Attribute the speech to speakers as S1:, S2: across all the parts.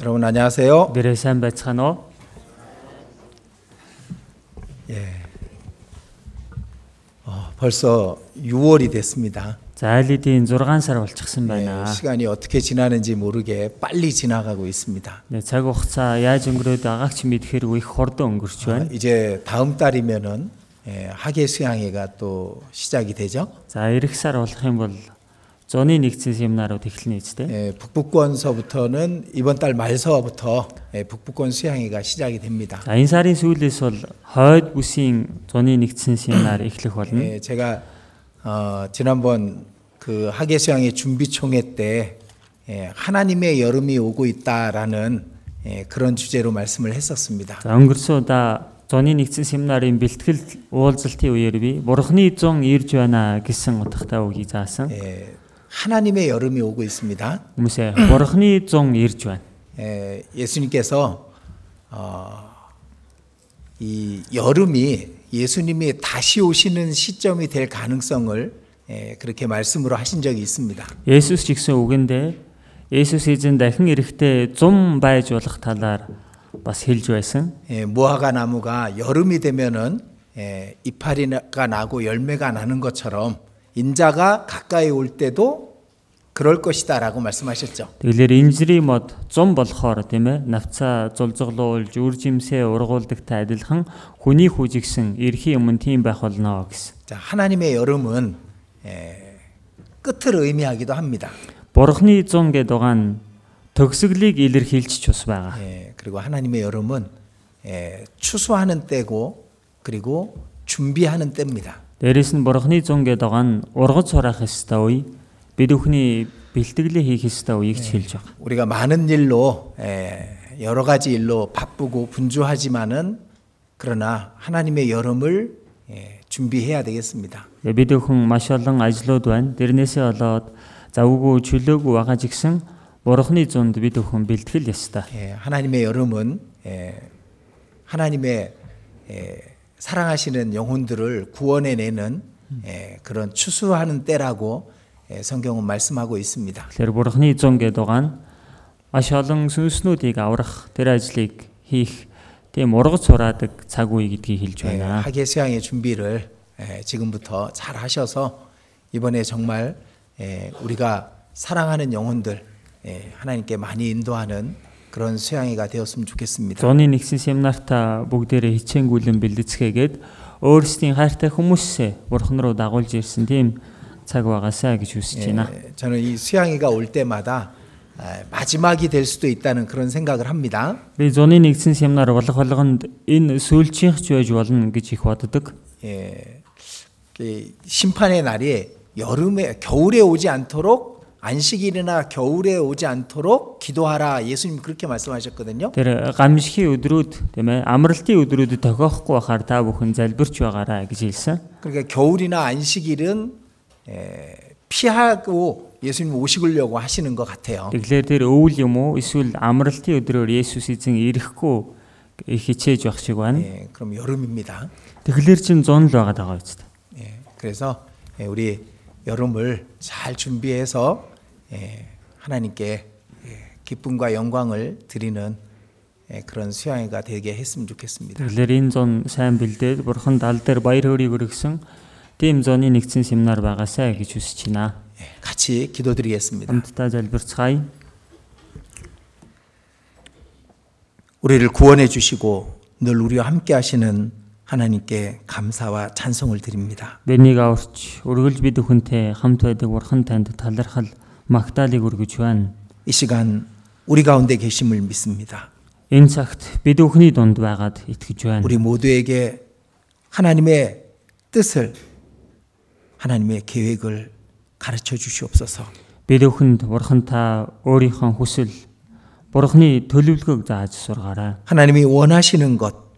S1: 여러분 안녕하세요. 네.
S2: Гэрээсэн байцгаана уу?
S1: 어, 벌써 6월이 됐습니다.
S2: За айлдын 6 сар болчихсон
S1: 예,
S2: байна.
S1: 시간이 어떻게 지나는지 모르게 빨리 지나가고 있습니다.
S2: Нэг цаг хугацаа яаж өнгөрөөд байгааг ч мэдхэргүй их хурдан өнгөрч
S1: 아,
S2: байна.
S1: 이제 다음 달이면은 예, 학예 수양회가 또 시작이 되죠.
S2: За ирэх сар болох юм бол зуны нэгдсэн семинарууд эхэлнэ үсттэй.
S1: 예, 북북권서부터는 이번 달 말서부터 예, 북북권 수양회가 시작이 됩니다.
S2: За энэ сарын сүүлээс бол хойд бүсийн зуны нэгдсэн семинар эхлэх болно.
S1: 예, 제가 어, 지난번 그 학예 수양회 준비 총회 때 예, 하나님의 여름이 오고 있다라는 예, 그런 주제로 말씀을 했었습니다.
S2: За өнгөрсөн удаа зуны нэгдсэн семинарын бэлтгэл уулзалтын үеэр би Бурхны зун ирж байна гэсэн утгатай үгийг заасан.
S1: 예, 하나님의 여름이 오고 있습니다.
S2: Хүмүүсээ Бурхны зун ирж байна.
S1: 예, 예수님께서 어, 이 여름이 예수님이 다시 오시는 시점이 될 가능성을 예, 그렇게 말씀으로 하신 적이 있습니다.
S2: Есүс ч гэсэн үгэндээ Есүс эзэн дахин эрэхтэй зум байж болох талаар бас хэлж байсан.
S1: 예, 무화과 나무가 여름이 되면은 예, 이파리가 나고 열매가 나는 것처럼 인자가 가까이 올 때도 그럴 것이다라고 말씀하셨죠.
S2: Тэгэлэр инжири мод зум болохоор тийм ээ навцаа зулзглуулж үр жимсээ ургуулдагтай адилхан хүний хүжигсэн эрхийн өмнө тийм байх болно гэсэн.
S1: 자, 하나님의 여름은 예, 끝을 의미하기도 합니다.
S2: Бурхны зун гэдэг байгаа нь төгсгөлийг илэрхийлж чус байгаа.
S1: 예, 그리고 하나님의 여름은 예, 추수하는 때고 그리고 준비하는 때입니다.
S2: Дээрээс нь Бурхны зун гэдэг байгаа нь ургац хураах ёстой үе, бид бүхний бэлтгэлээ хийх ёстой үеийг ч хэлж байгаа.
S1: 우리가 많은 일로 예, 여러 가지 일로 바쁘고 분주하지만은 그러나 하나님의 여름을 예, 준비해야 되겠습니다.
S2: Тэгээ Э, бид өхөн маш олон ажлууд байна. Тэрнээсээ болоод завгүй чөлөөгүй байгаа ч гэсэн бурхны зунд бид өхөн бэлтгэл ёстой.
S1: 예, 하나님의 여름은 예, 하나님의 예, 사랑하시는 영혼들을 구원해내는 예, 그런 추수하는 때라고 예, 성경은 말씀하고 있습니다.
S2: Тэгэхээр бурхны зун гэдэг байгаа нь маш олон сүнснүүдийг аврах тэр ажлыг хийх тийм ургац сураадаг цаг үе гэдгийг хэлж
S1: 예,
S2: байна.
S1: 학예 수양의 준비를 예, 지금부터 잘 하셔서 이번에 정말 예, 우리가 사랑하는 영혼들 예, 하나님께 많이 인도하는 그런 수양회가 되었으면 좋겠습니다.
S2: Зуны нэгсэн семинартаа бүгдээрээ хичээнгүүлэн бэлдэцгээгээд өөрсдийн хайртай хүмүүсээ бурхан руу дагуулж ирсэн тийм цаг байгаасаа гэж үсэж байна.
S1: 예, 저는 이 수양회가 올 때마다 아, 마지막이 될 수도 있다는 그런 생각을 합니다.
S2: Би зуны нэгдсэн семинар болох болгонд энэ сүүлчийнхч байж болно гэж их боддог.
S1: 예, 그 심판의 날이 여름에 겨울에 오지 않도록 안식일이나 겨울에 오지 않도록 기도하라 예수님 그렇게 말씀하셨거든요.
S2: Тэр гамшигын өдрүүд тийм ээ амралтын өдрүүдэд тохиохгүй байхаар та бүхэн залбирч байгаарай гэж хэлсэн.
S1: 그러니까 겨울이나 안식일은 에, 피하고 예수님 오시려고 하시는 것 같아요.
S2: Тэглээр тэр өвөл юм уу эсвэл амралтын өдрөөр Есүс эзэн ирэхгүй их хичээж байх шиг байна.
S1: 예, 그럼 여름입니다.
S2: Тэглээр чинь зун л байгаа даа үст.
S1: 예, 그래서 예, 우리 여름을 잘 준비해서 예, 하나님께 예, 기쁨과 영광을 드리는 예, 그런 수양회가 되게 했으면 좋겠습니다.
S2: Тэглээр энэ зун сайн бэлдээд бурхан дал дээр баяр хөөргийг өргөсөн тийм зуны нэгдсэн семинар байгаасаа гэж үсэж байна.
S1: 예, 같이 기도드리겠습니다.
S2: Хамтдаа залбирцгаая.
S1: 우리를 구원해 주시고 늘 우리와 함께 하시는 하나님께 감사와 찬송을 드립니다.
S2: Бэнийг аварч өргөлж бид өхөнтэй хамт байдаг бурхан танд талархал магтаалыг өргөж байна.
S1: 이 시간 우리 가운데 계심을 믿습니다.
S2: Энэ цагт бид бүхний дунд байгаад итгэж байна.
S1: 우리 모두에게 하나님의 뜻을 하나님의 계획을 가르쳐 주시옵소서.
S2: Бид бүхэнд бурхан та өөрийнхөө хүсэл бурханы төлөвлөгөөг зааж сургаарай.
S1: 하나님이 원하시는 것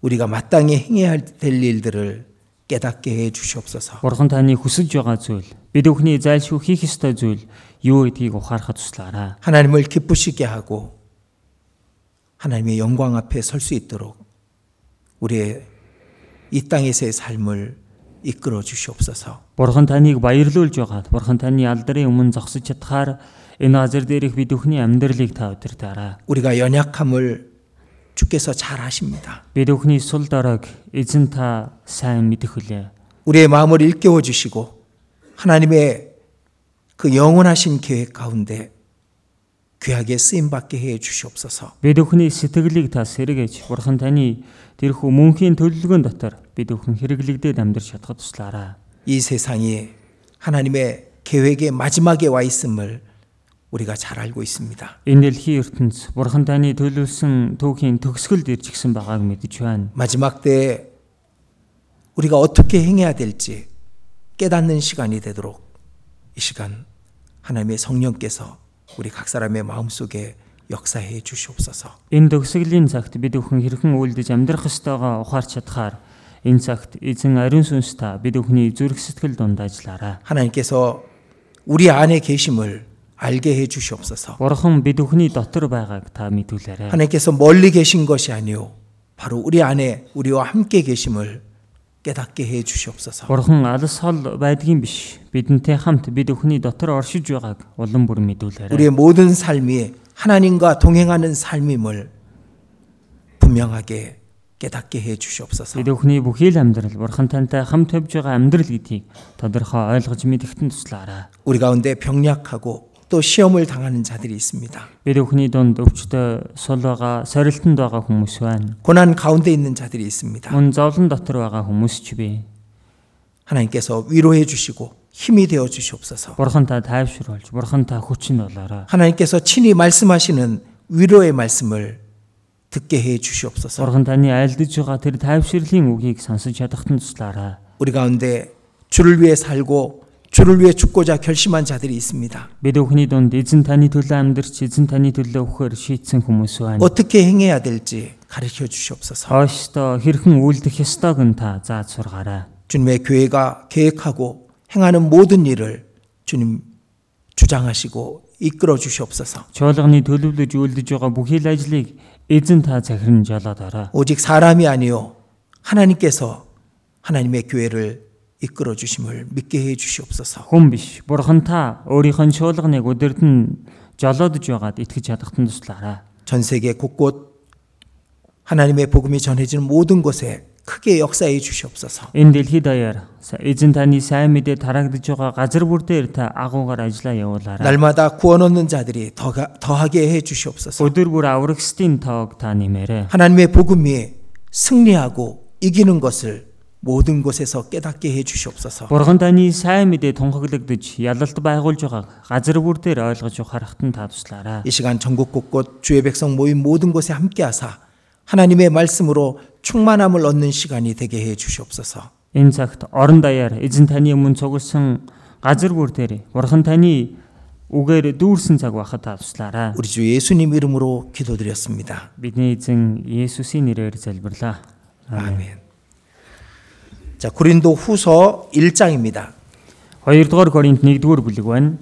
S1: 우리가 마땅히 행해야 될 일들을 깨닫게 해 주시옵소서.
S2: Бурхан таны хүсэж байгаа зүйл, бид бүхний зайлшгүй хийх ёстой зүйл юу гэдгийг ухаарахад туслаарай.
S1: 하나님을 기쁘시게 하고 하나님의 영광 앞에 설 수 있도록 우리의 이 땅에서의 삶을 이끌어 주시옵소서.
S2: Бурхан таныг баярлуулж байгаад Бурхан таны алдрын өмнө зогсож чадхаар энэ газар дээрх бид өхний амьдралыг та өдөртөөрэй.
S1: 우리가 연약함을 주께서 잘 아십니다.
S2: Бид өхний сул доройг эзэн та сайн мэдэх хүлээ.
S1: 우리의 마음을 일깨워 주시고 하나님의 그 영원하신 계획 가운데 귀하게 쓰임 받게 해 주시옵소서.
S2: Бид өхний сэтгэлийг та сэргээж Бурхан таны тэрхүү мөнхийн төлөвлөгөөн дотор бид өхөн хэрэглэгдээд амьдрч чадхад туслаарай.
S1: 이 세상이 하나님의 계획의 마지막에 와 있음을 우리가 잘 알고 있습니다.
S2: Энэ дэлхийн ертөнц Бурхан таны төлөвлөсөн түүхийн төгсгөлд ирж гисэн байгааг мэдж байна.
S1: 마지막 때에 우리가 어떻게 행해야 될지 깨닫는 시간이 되도록 이 시간 하나님의 성령께서 우리 각 사람의 마음속에 역사해 주시옵소서.
S2: Энэ төгсгөлийн цагт бид өхөн хэрхэн үйлдэж амьдрах ёстойгоо ухаарч чадхаар энэ цагт эзэн ариун сүнс та бид өхний зүрх сэтгэл дунд ажиллаарай.
S1: 하나님께서 우리 안에 계심을 알게 해 주시옵소서.
S2: Бурхан бид өхний дотор байгааг та мэдүүлээрэй.
S1: 하나님께서 멀리 계신 것이 아니요 바로 우리 안에 우리와 함께 계심을 깨닫게 해 주시옵소서.
S2: Бурхан алс хол байдгийн биш. Бидэнтэй хамт бид өхний дотор оршиж байгааг улам бүр мэдүүлээрэй.
S1: 우리의 모든 삶이 하나님과 동행하는 삶임을 분명하게 깨닫게 해 주시옵소서.
S2: Бид өхний бүхий л амьдрал Бурхан тантай хамт тавьж байгаа амьдрал гэдгийг тодорхой ойлгож мэдэхтэн туслаарай.
S1: 우리 가운데 병약하고 또 시험을 당하는 자들이 있습니다.
S2: Бид өхний дунд өвчтөй сул байгаа, сорилтонд байгаа хүмүүс байна.
S1: 고난 가운데 있는 자들이 있습니다.
S2: Мөн зовлон дотор байгаа хүмүүс ч бий.
S1: 하나님께서 위로해 주시고 힘이 되어 주시옵소서.
S2: Бурхан та тайвшруулж, Бурхан та хүч нь болоорой.
S1: 하나님께서 친히 말씀하시는 위로의 말씀을 듣게 해 주시옵소서.
S2: Бурхан таны айлдж байгаа тэр тайвширлын үгийг сонсож чадахтан туслаарай.
S1: 우리 가운데 주를 위해 살고 주를 위해 죽고자 결심한 자들이 있습니다.
S2: Бид өхний дунд эзэн таны төлөө амьдарч, эзэн таны төлөө өгөхөөр шийдсэн хүмүүс байна.
S1: 어떻게 행해야 될지 가르쳐 주시옵소서.
S2: Хойштоо хэрхэн үйлдэх ёстойг нь та зааж сургаарай.
S1: 주님의 교회가 계획하고 행하는 모든 일을 주님 주장하시고 이끌어 주시옵소서.
S2: Чуулганы төлөвлөж үйлдэж байгаа бүхий л ажлыг эзэн та захирн жолоод орой.
S1: 오직 사람이 아니요 하나님께서 하나님의 교회를 이끌어 주심을 믿게 해 주시옵소서.
S2: Хүн биш, Бурхан та өөрийнхөө чуулганыг өдөрт нь жолоодж байгаад итгэж чадахтан туслаарай.
S1: 전 세계 곳곳 하나님의 복음이 전해지는 모든 곳에 크게 역사해 주시옵소서.
S2: Энэ дэлхийд даяар са- эзэн таны сайн мэдээ тарагдж байгаа газар бүр дээр та агуугаар ажиллаа явуулаарай.
S1: 날마다 구원 얻는 자들이 더가, 더하게 해 주시옵소서.
S2: Өдөр бүр аврагсдын тоог та нэмээрэй.
S1: 하나님의 복음이 승리하고 이기는 것을 모든 곳에서 깨닫게 해 주시옵소서.
S2: Бурхан таны сайн мэдээ тунхаглагдж ялалт байгуулж байгааг газар бүр дээр ойлгож ухаарахтан та туслаарай.
S1: 이 시간 전국 곳곳 주의 백성 모임 모든 곳에 함께하사 하나님의 말씀으로 충만함을 얻는 시간이 되게 해 주시옵소서.
S2: Энэ цагт орон даяар эзэн таны өмнө цугулсан газар бүр дээр Бурхан таны үгээр дүүрсэн цаг байхад та туслаарай.
S1: 우리 주 예수님 이름으로 기도드렸습니다.
S2: Бидний эзэн Есүсийн нэрээр залбирлаа.
S1: 아멘. 자, 고린도 후서 1장입니다.
S2: 2 дугаар Коринт 1 дугаар бүлэг байна.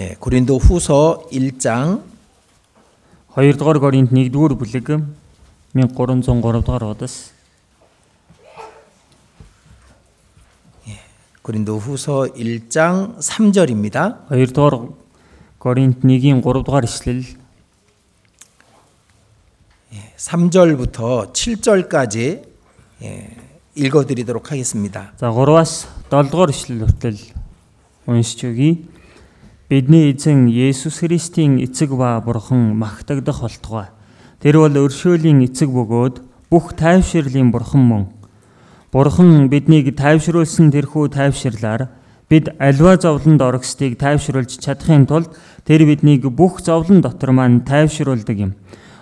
S1: 예, 고린도 후서 1장
S2: 2 дугаар Коринт 1 дугаар бүлэг 1303 дугаар удас
S1: 고린도 후서 1장 3절입니다.
S2: 2 дугаар Коринт 1-ийн 3 дугаар эшлэл
S1: 3절부터 7절까지 예, 읽어 드리도록 하겠습니다.
S2: за 3-аас 7 дугаар эшлэл хүртэл уншиж өгье. Бидний эзэн Есүс Христийн эцэг ба бурхан магтагдах болтугай. Тэр бол өршөөлийн эцэг бөгөөд бүх тайвширлын бурхан мөн. Бурхан биднийг тайвшруулсан тэрхүү тайвширлаар бид альва зовлонд орогсдыг тайвшруулж чадахын тулд тэр биднийг бүх зовлон дотор маань тайвшруулдаг юм.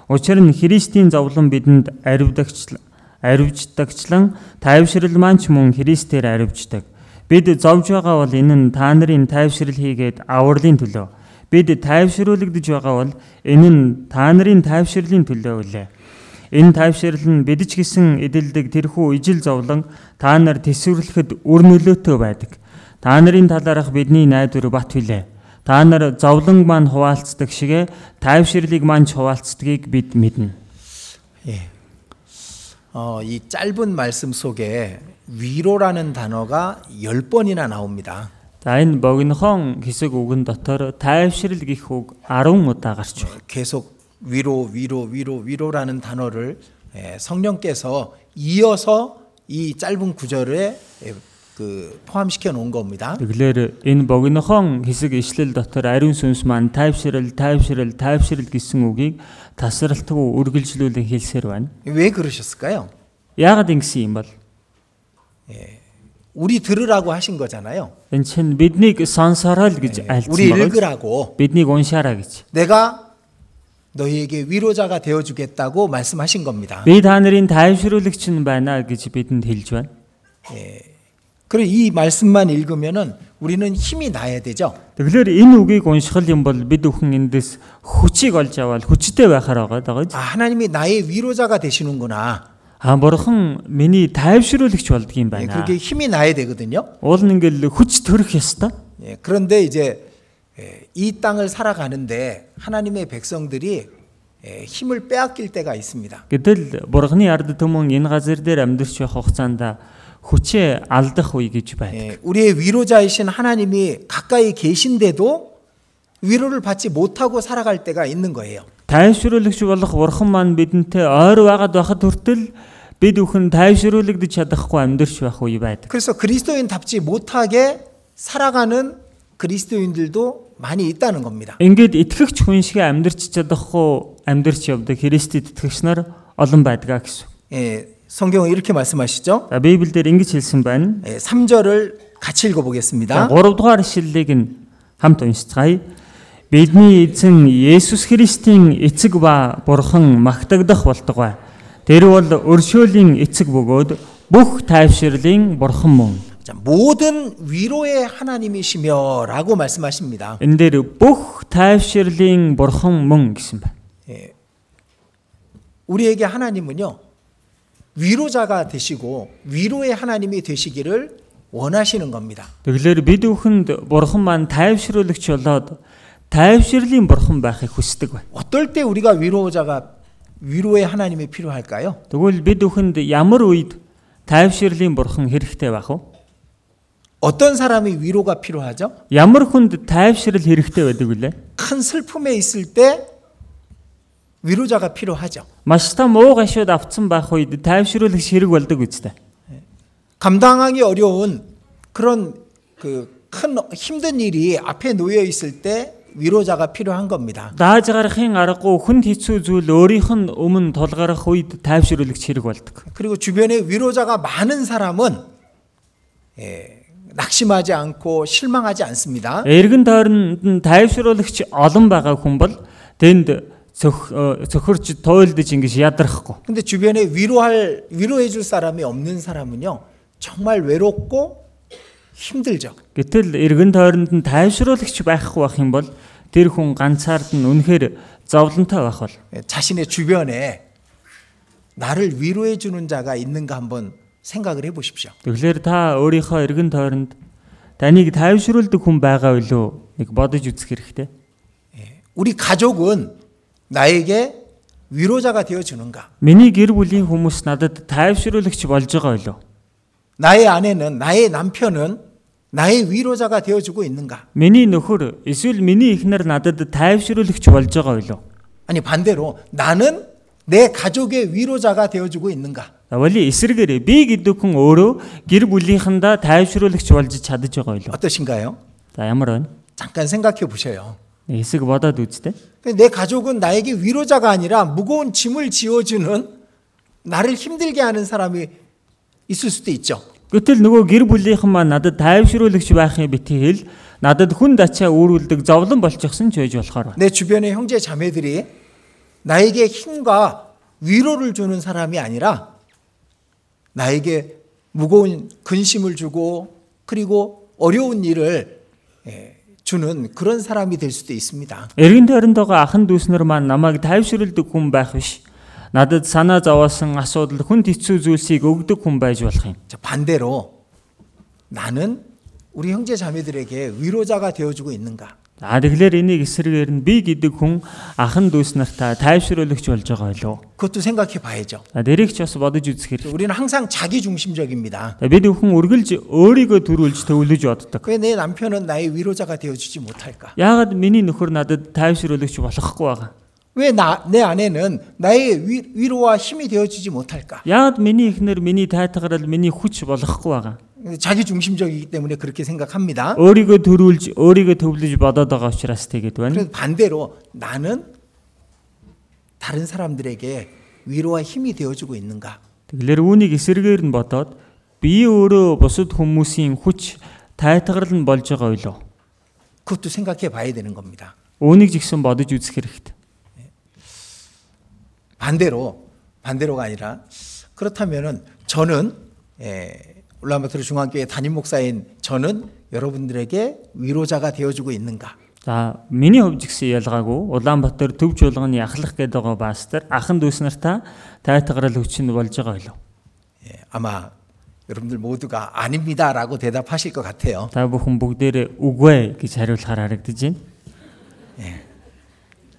S2: Учир нь Христийн зовлон бидэнд аривдагч аривждагчлан тайвшрал маань ч мөн Христээр аривждаг. Бид зовж байгаа бол энэ нь та нарын тайвшрал хийгээд авралын төлөө. Бид тайвшруулагдж байгаа бол энэ нь та нарын тайвшрлын төлөө үлээ. Энэ тайвшрал нь бид ч гэсэн эдэлдэг тэрхүү ижил зовлон та нар тэсвэрлэхэд үр нөлөөтэй байдаг. Та нарын талаарх бидний найдвар бат хүлээ. Та нар зовлон маань хуваалцдаг шигэ тайвшралыг маань ч хуваалцдгийг бид мэднэ.
S1: 예. 어, 이 짧은 말씀 속에 위로라는 단어가 10번이나 나옵니다.
S2: За энэ богинохон хэсэг үгэн дотор тайвшрал гих үг 10 удаа гарч байна.
S1: 계속 위로 위로 위로 위로라는 단어를 예, 성령께서 이어서 이 짧은 구절에 예, 그 포함시켜 놓은 겁니다.
S2: Тэгэлэр энэ богинохон хэсэг ишлэл дотор ариун сүнс маань тайвшрал, тайвшрал, тайвшрал гэсэн үгийг тасралтгүй үргэлжлүүлэн хэлсээр байна.
S1: 왜 그러셨을까요?
S2: Яагаад ингэсэн юм бол?
S1: 우리 들으라고 하신 거잖아요.
S2: Энэ чинь биднийг сонсороо л гэж
S1: 우리
S2: альцсан байна.
S1: 읽으라고
S2: Биднийг уншаараа гэж.
S1: 내가 너희에게 위로자가 되어 주겠다고 말씀하신 겁니다.
S2: Би та нарын тайвшруулагч нь байна гэж бидэнд хэлж байна.
S1: 그래 이 말씀만 읽으면은 우리는 힘이 나야 되죠.
S2: Тэгэлэр энэ үгийг уншихал юм бол бид бүхэн эндээс хүчийг олж аваад хүчтэй байхаар байгаа даа гэж.
S1: 아, 하나님이 나의 위로자가 되시는구나.
S2: Аа бурхан миний тайвшруулагч болдго юм
S1: 예,
S2: байна.
S1: 그게 힘이 나야 되거든요.
S2: Уул нь ингээл хүч төрөх ёстой.
S1: 예, 그런데 이제 예, 이 땅을 살아가는데 하나님의 백성들이 예, 힘을 빼앗길 때가 있습니다.
S2: Гэтэл бурханы ард түмэн энэ газар дээр амьдарч байх хугацаанд хүчээ алдах үе гэж байна.
S1: 예, 우리의 위로자이신 하나님이 가까이 계신데도 위로를 받지 못하고 살아갈 때가 있는 거예요.
S2: Тайвшруулагч болох бурхан маань бидэнтэй ойр байгаад байхад хүртэл бид бүхэн тайвшруулагдаж чадахгүй амьдарч байх үе байдаг.
S1: 그래서 그리스도인답지 못하게 살아가는 그리스도인들도 많이 있다는 겁니다.
S2: Ингээд итгэгч хүн шиг амьдрч чадахгүй амьдрч явдаг Христэд итгэгч нар олон байдгаа гэсэн.
S1: 예, 성경은 이렇게 말씀하시죠.
S2: За Библиэлд ингэж хэлсэн байна.
S1: 예, 3절을 같이
S2: За
S1: 읽어보겠습니다.
S2: 3 дугаар ишлэлийг нь хамт уншицгаая. Бидний эзэн Есүс Христийн эцэг ба Бурхан магтагдах болтугай. Тэр бол өршөөлийн эцэг бөгөөд бүх тайвширлын Бурхан мөн.
S1: 자, 모든 위로의 하나님이시며라고 말씀하십니다.
S2: Энэ дээр бүх тайвширлын Бурхан мөн гэсэн байна.
S1: 예. 우리에게 하나님은요 위로자가 되시고 위로의 하나님이 되시기를 원하시는 겁니다.
S2: Тэгэлэр бид бүхэнд бурхан маань тайвшруулагч болоод тайвшрлын бурхан байхыг хүсдэг байна.
S1: 어떨 때 우리가 위로자가 위로의 하나님이 필요할까요?
S2: Тэгвэл бид бүхэнд ямар үед тайвшрлын бурхан хэрэгтэй байх вэ?
S1: 어떤 사람이 위로가 필요하죠?
S2: Ямар хүнд тайвшрал хэрэгтэй байдаг вүлээ?
S1: 큰 슬픔에 있을 때 위로자가 필요하죠.
S2: Маш том уу гашууд авцсан байх үед тайвшруулагч хэрэг болдог үстэй.
S1: 감당하기 어려운 그런 그 큰 힘든 일이 앞에 놓여 있을 때 위로자가 필요한 겁니다.
S2: Дааж гарахын аргагүй хүнд хэцүү зүйл өөрийнх нь өмнө тулгарах үед тайвшруулагч хэрэг болдог.
S1: 그리고 주변에 위로자가 많은 사람은 예, 낙심하지 않고 실망하지 않습니다.
S2: Эргэн тойронд нь тайвшруулагч олон байгаа хүн бол тэнд цөх э, цөхөрж туйлдж ингэж ядрахгүй.
S1: 근데 주변에 위로할 위로해 줄 사람이 없는 사람은요. 정말 외롭고 힘들죠.
S2: Гэтэл эргэн тойронд нь тайвшруулагч байхгүй байх юм бол тэр хүн ганцаард нь үнэхээр зовлонтой байх бол
S1: 예, 자신의 주변에 나를 위로해 주는 자가 있는가 한번 생각을 해 보십시오.
S2: тэгэхээр та өөрийнхөө эргэн тойронд таныг тайвшруулдаг хүн байгаа билүү нэг бодож үзэх хэрэгтэй.
S1: 우리 가족은 나에게 위로자가 되어 주는가?
S2: Миний гэр бүлийн хүмүүс надад тайвшруулагч болж байгаа билүү?
S1: 나의 아내는 나의 남편은 나의 위로자가 되어 주고 있는가?
S2: Миний нөхөр эсвэл миний эхнэр надад тайвшруулагч болж байгаа билүү?
S1: 아니 반대로 나는 내 가족의 위로자가 되어주고 있는가?
S2: Тэгвэл эсэргээрээ би гэдэг хүн өөрөө гэр бүлийнхэндээ тайвшруулагч болж чадаж байгаа билүү?
S1: 어떠신가요?
S2: За ямар байна?
S1: 잠깐 생각해 보셔요.
S2: Нэг хэсэг бодоод үзтээ.
S1: 내 가족은 나에게 위로자가 아니라 무거운 짐을 지어주는 나를 힘들게 하는 사람이 있을 수도 있죠.
S2: Гэтэл нөгөө гэр бүлийнхэн маань надад тайвшруулагч байхын битгий хэл надад хүн дачаа үүрүүлдэг зовлон болчихсон ч байж болохоор байна.
S1: 내 주변의 형제 자매들이 나에게 힘과 위로를 주는 사람이 아니라 나에게 무거운 근심을 주고 그리고 어려운 일을 예, 주는 그런 사람이 될 수도 있습니다.
S2: Эргэн тойронд байгаа ахын дүүснэр маань намайг тайвшруулдаг хүн байх биш. Надад санаа зовоосон асуудал хүн хэцүү зүйлсийг өгдөг хүн байж болох юм.
S1: 자, 반대로 나는 우리 형제 자매들에게 위로자가 되어주고 있는가?
S2: А тэгэхээр энийг эсрэгээр нь би гэдэг хүн ахан дүүс нартаа тайвшруулагч болж байгаа болов.
S1: 그것도 생각해 봐야죠.
S2: За тэрийг ч бас бодож үзэх хэрэгтэй.
S1: 우리는 항상 자기 중심적입니다.
S2: За Бид өвхөн үргэлж өөрийгөө төрүүлж төвлөж боддог.
S1: 왜 내 남편은 나의 위로자가 되어주지 못할까?
S2: Яагаад миний нөхөр надад тайвшруулагч болохгүй байгаа?
S1: 왜 내 아내는 나의 위, 위로와 힘이 되어주지 못할까?
S2: Яагаад миний эхнэр миний тайтгарал миний хүч болохгүй байгаа?
S1: 자기 중심적이기 때문에 그렇게 생각합니다.
S2: Өөрийгөө төрүүлж өөрийгөө төвлөж бодоод байгаа учраас тэгээд байна.
S1: 그래서 반대로 나는 다른 사람들에게 위로와 힘이 되어주고 있는가?
S2: Тэгэлэр үүнийг эсрэгээр нь бодоод би өөрөө бусад хүмүүсийн хүч тайтгарал нь болж байгаа юу?
S1: 그것도 생각해 봐야 되는 겁니다.
S2: Үүнийг жигсэн бодож үзэх хэрэгтэй.
S1: 반대로 반대로가 아니라 그렇다면은 저는 에, 울란바토르 중앙교회 담임 목사인 저는 여러분들에게 위로자가 되어주고 있는가?
S2: За миний хувьд гэсэн ялгаагүй Улаанбаатар төв жуулганы ахлах гэдэг байгаа пастор ахан дүүс нартаа тайтгарал хүч нь болж байгаа юу?
S1: 예, 아마 여러분들 모두가 아닙니다라고 대답하실 것 같아요.
S2: Та бүхэн бүгдээрээ үгүй ээ гэж хариулахаар харагдаж байна.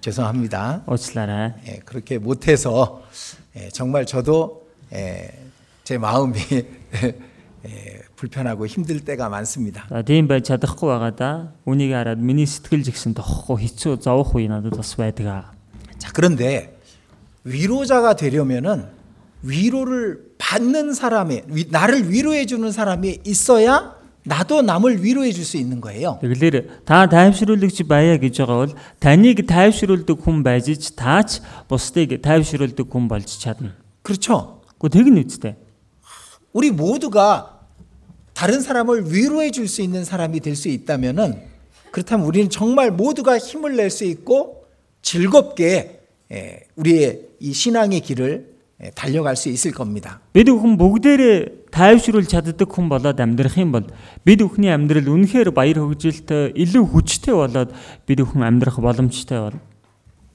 S1: 죄송합니다.
S2: Уучлаарай.
S1: 예, 그렇게 못해서 예, 정말 저도 예, 제 마음이 예, 불편하고 힘들 때가 많습니다.
S2: За тийм байж чадахгүй байгаа да. Үнийг хараад миний сэтгэл жигсэн тоххой хэцүү зовх үе надад бас байдаг аа.
S1: 자, 그런데 위로자가 되려면은 위로를 받는 사람의 위- 나를 위로해 주는 사람이 있어야 나도 남을 위로해 줄 수 있는 거예요.
S2: Тэгэлэр та тайвшруулагч байя гэж байгаа бол таныг тайвшруулдаг хүн байж ч таач бусдыг тайвшруулдаг хүн болж чадна.
S1: 그렇죠?
S2: Гэхдээ тэг нь үсттэй.
S1: 우리 모두가 다른 사람을 위로해 줄 수 있는 사람이 될 수 있다면은 그렇다면 우리는 정말 모두가 힘을 낼 수 있고 즐겁게 예, 우리의 이 신앙의 길을 예, 달려갈 수 있을 겁니다.
S2: Бид бүхэн бүгдээрээ тайвшруулж чаддаг хүн болоод амьдрах юм бол бид бүхний амьдрал үнэхээр баяр хөгжилтэй, илүү хүчтэй болоод бид бүхэн амьдрах боломжтой болно.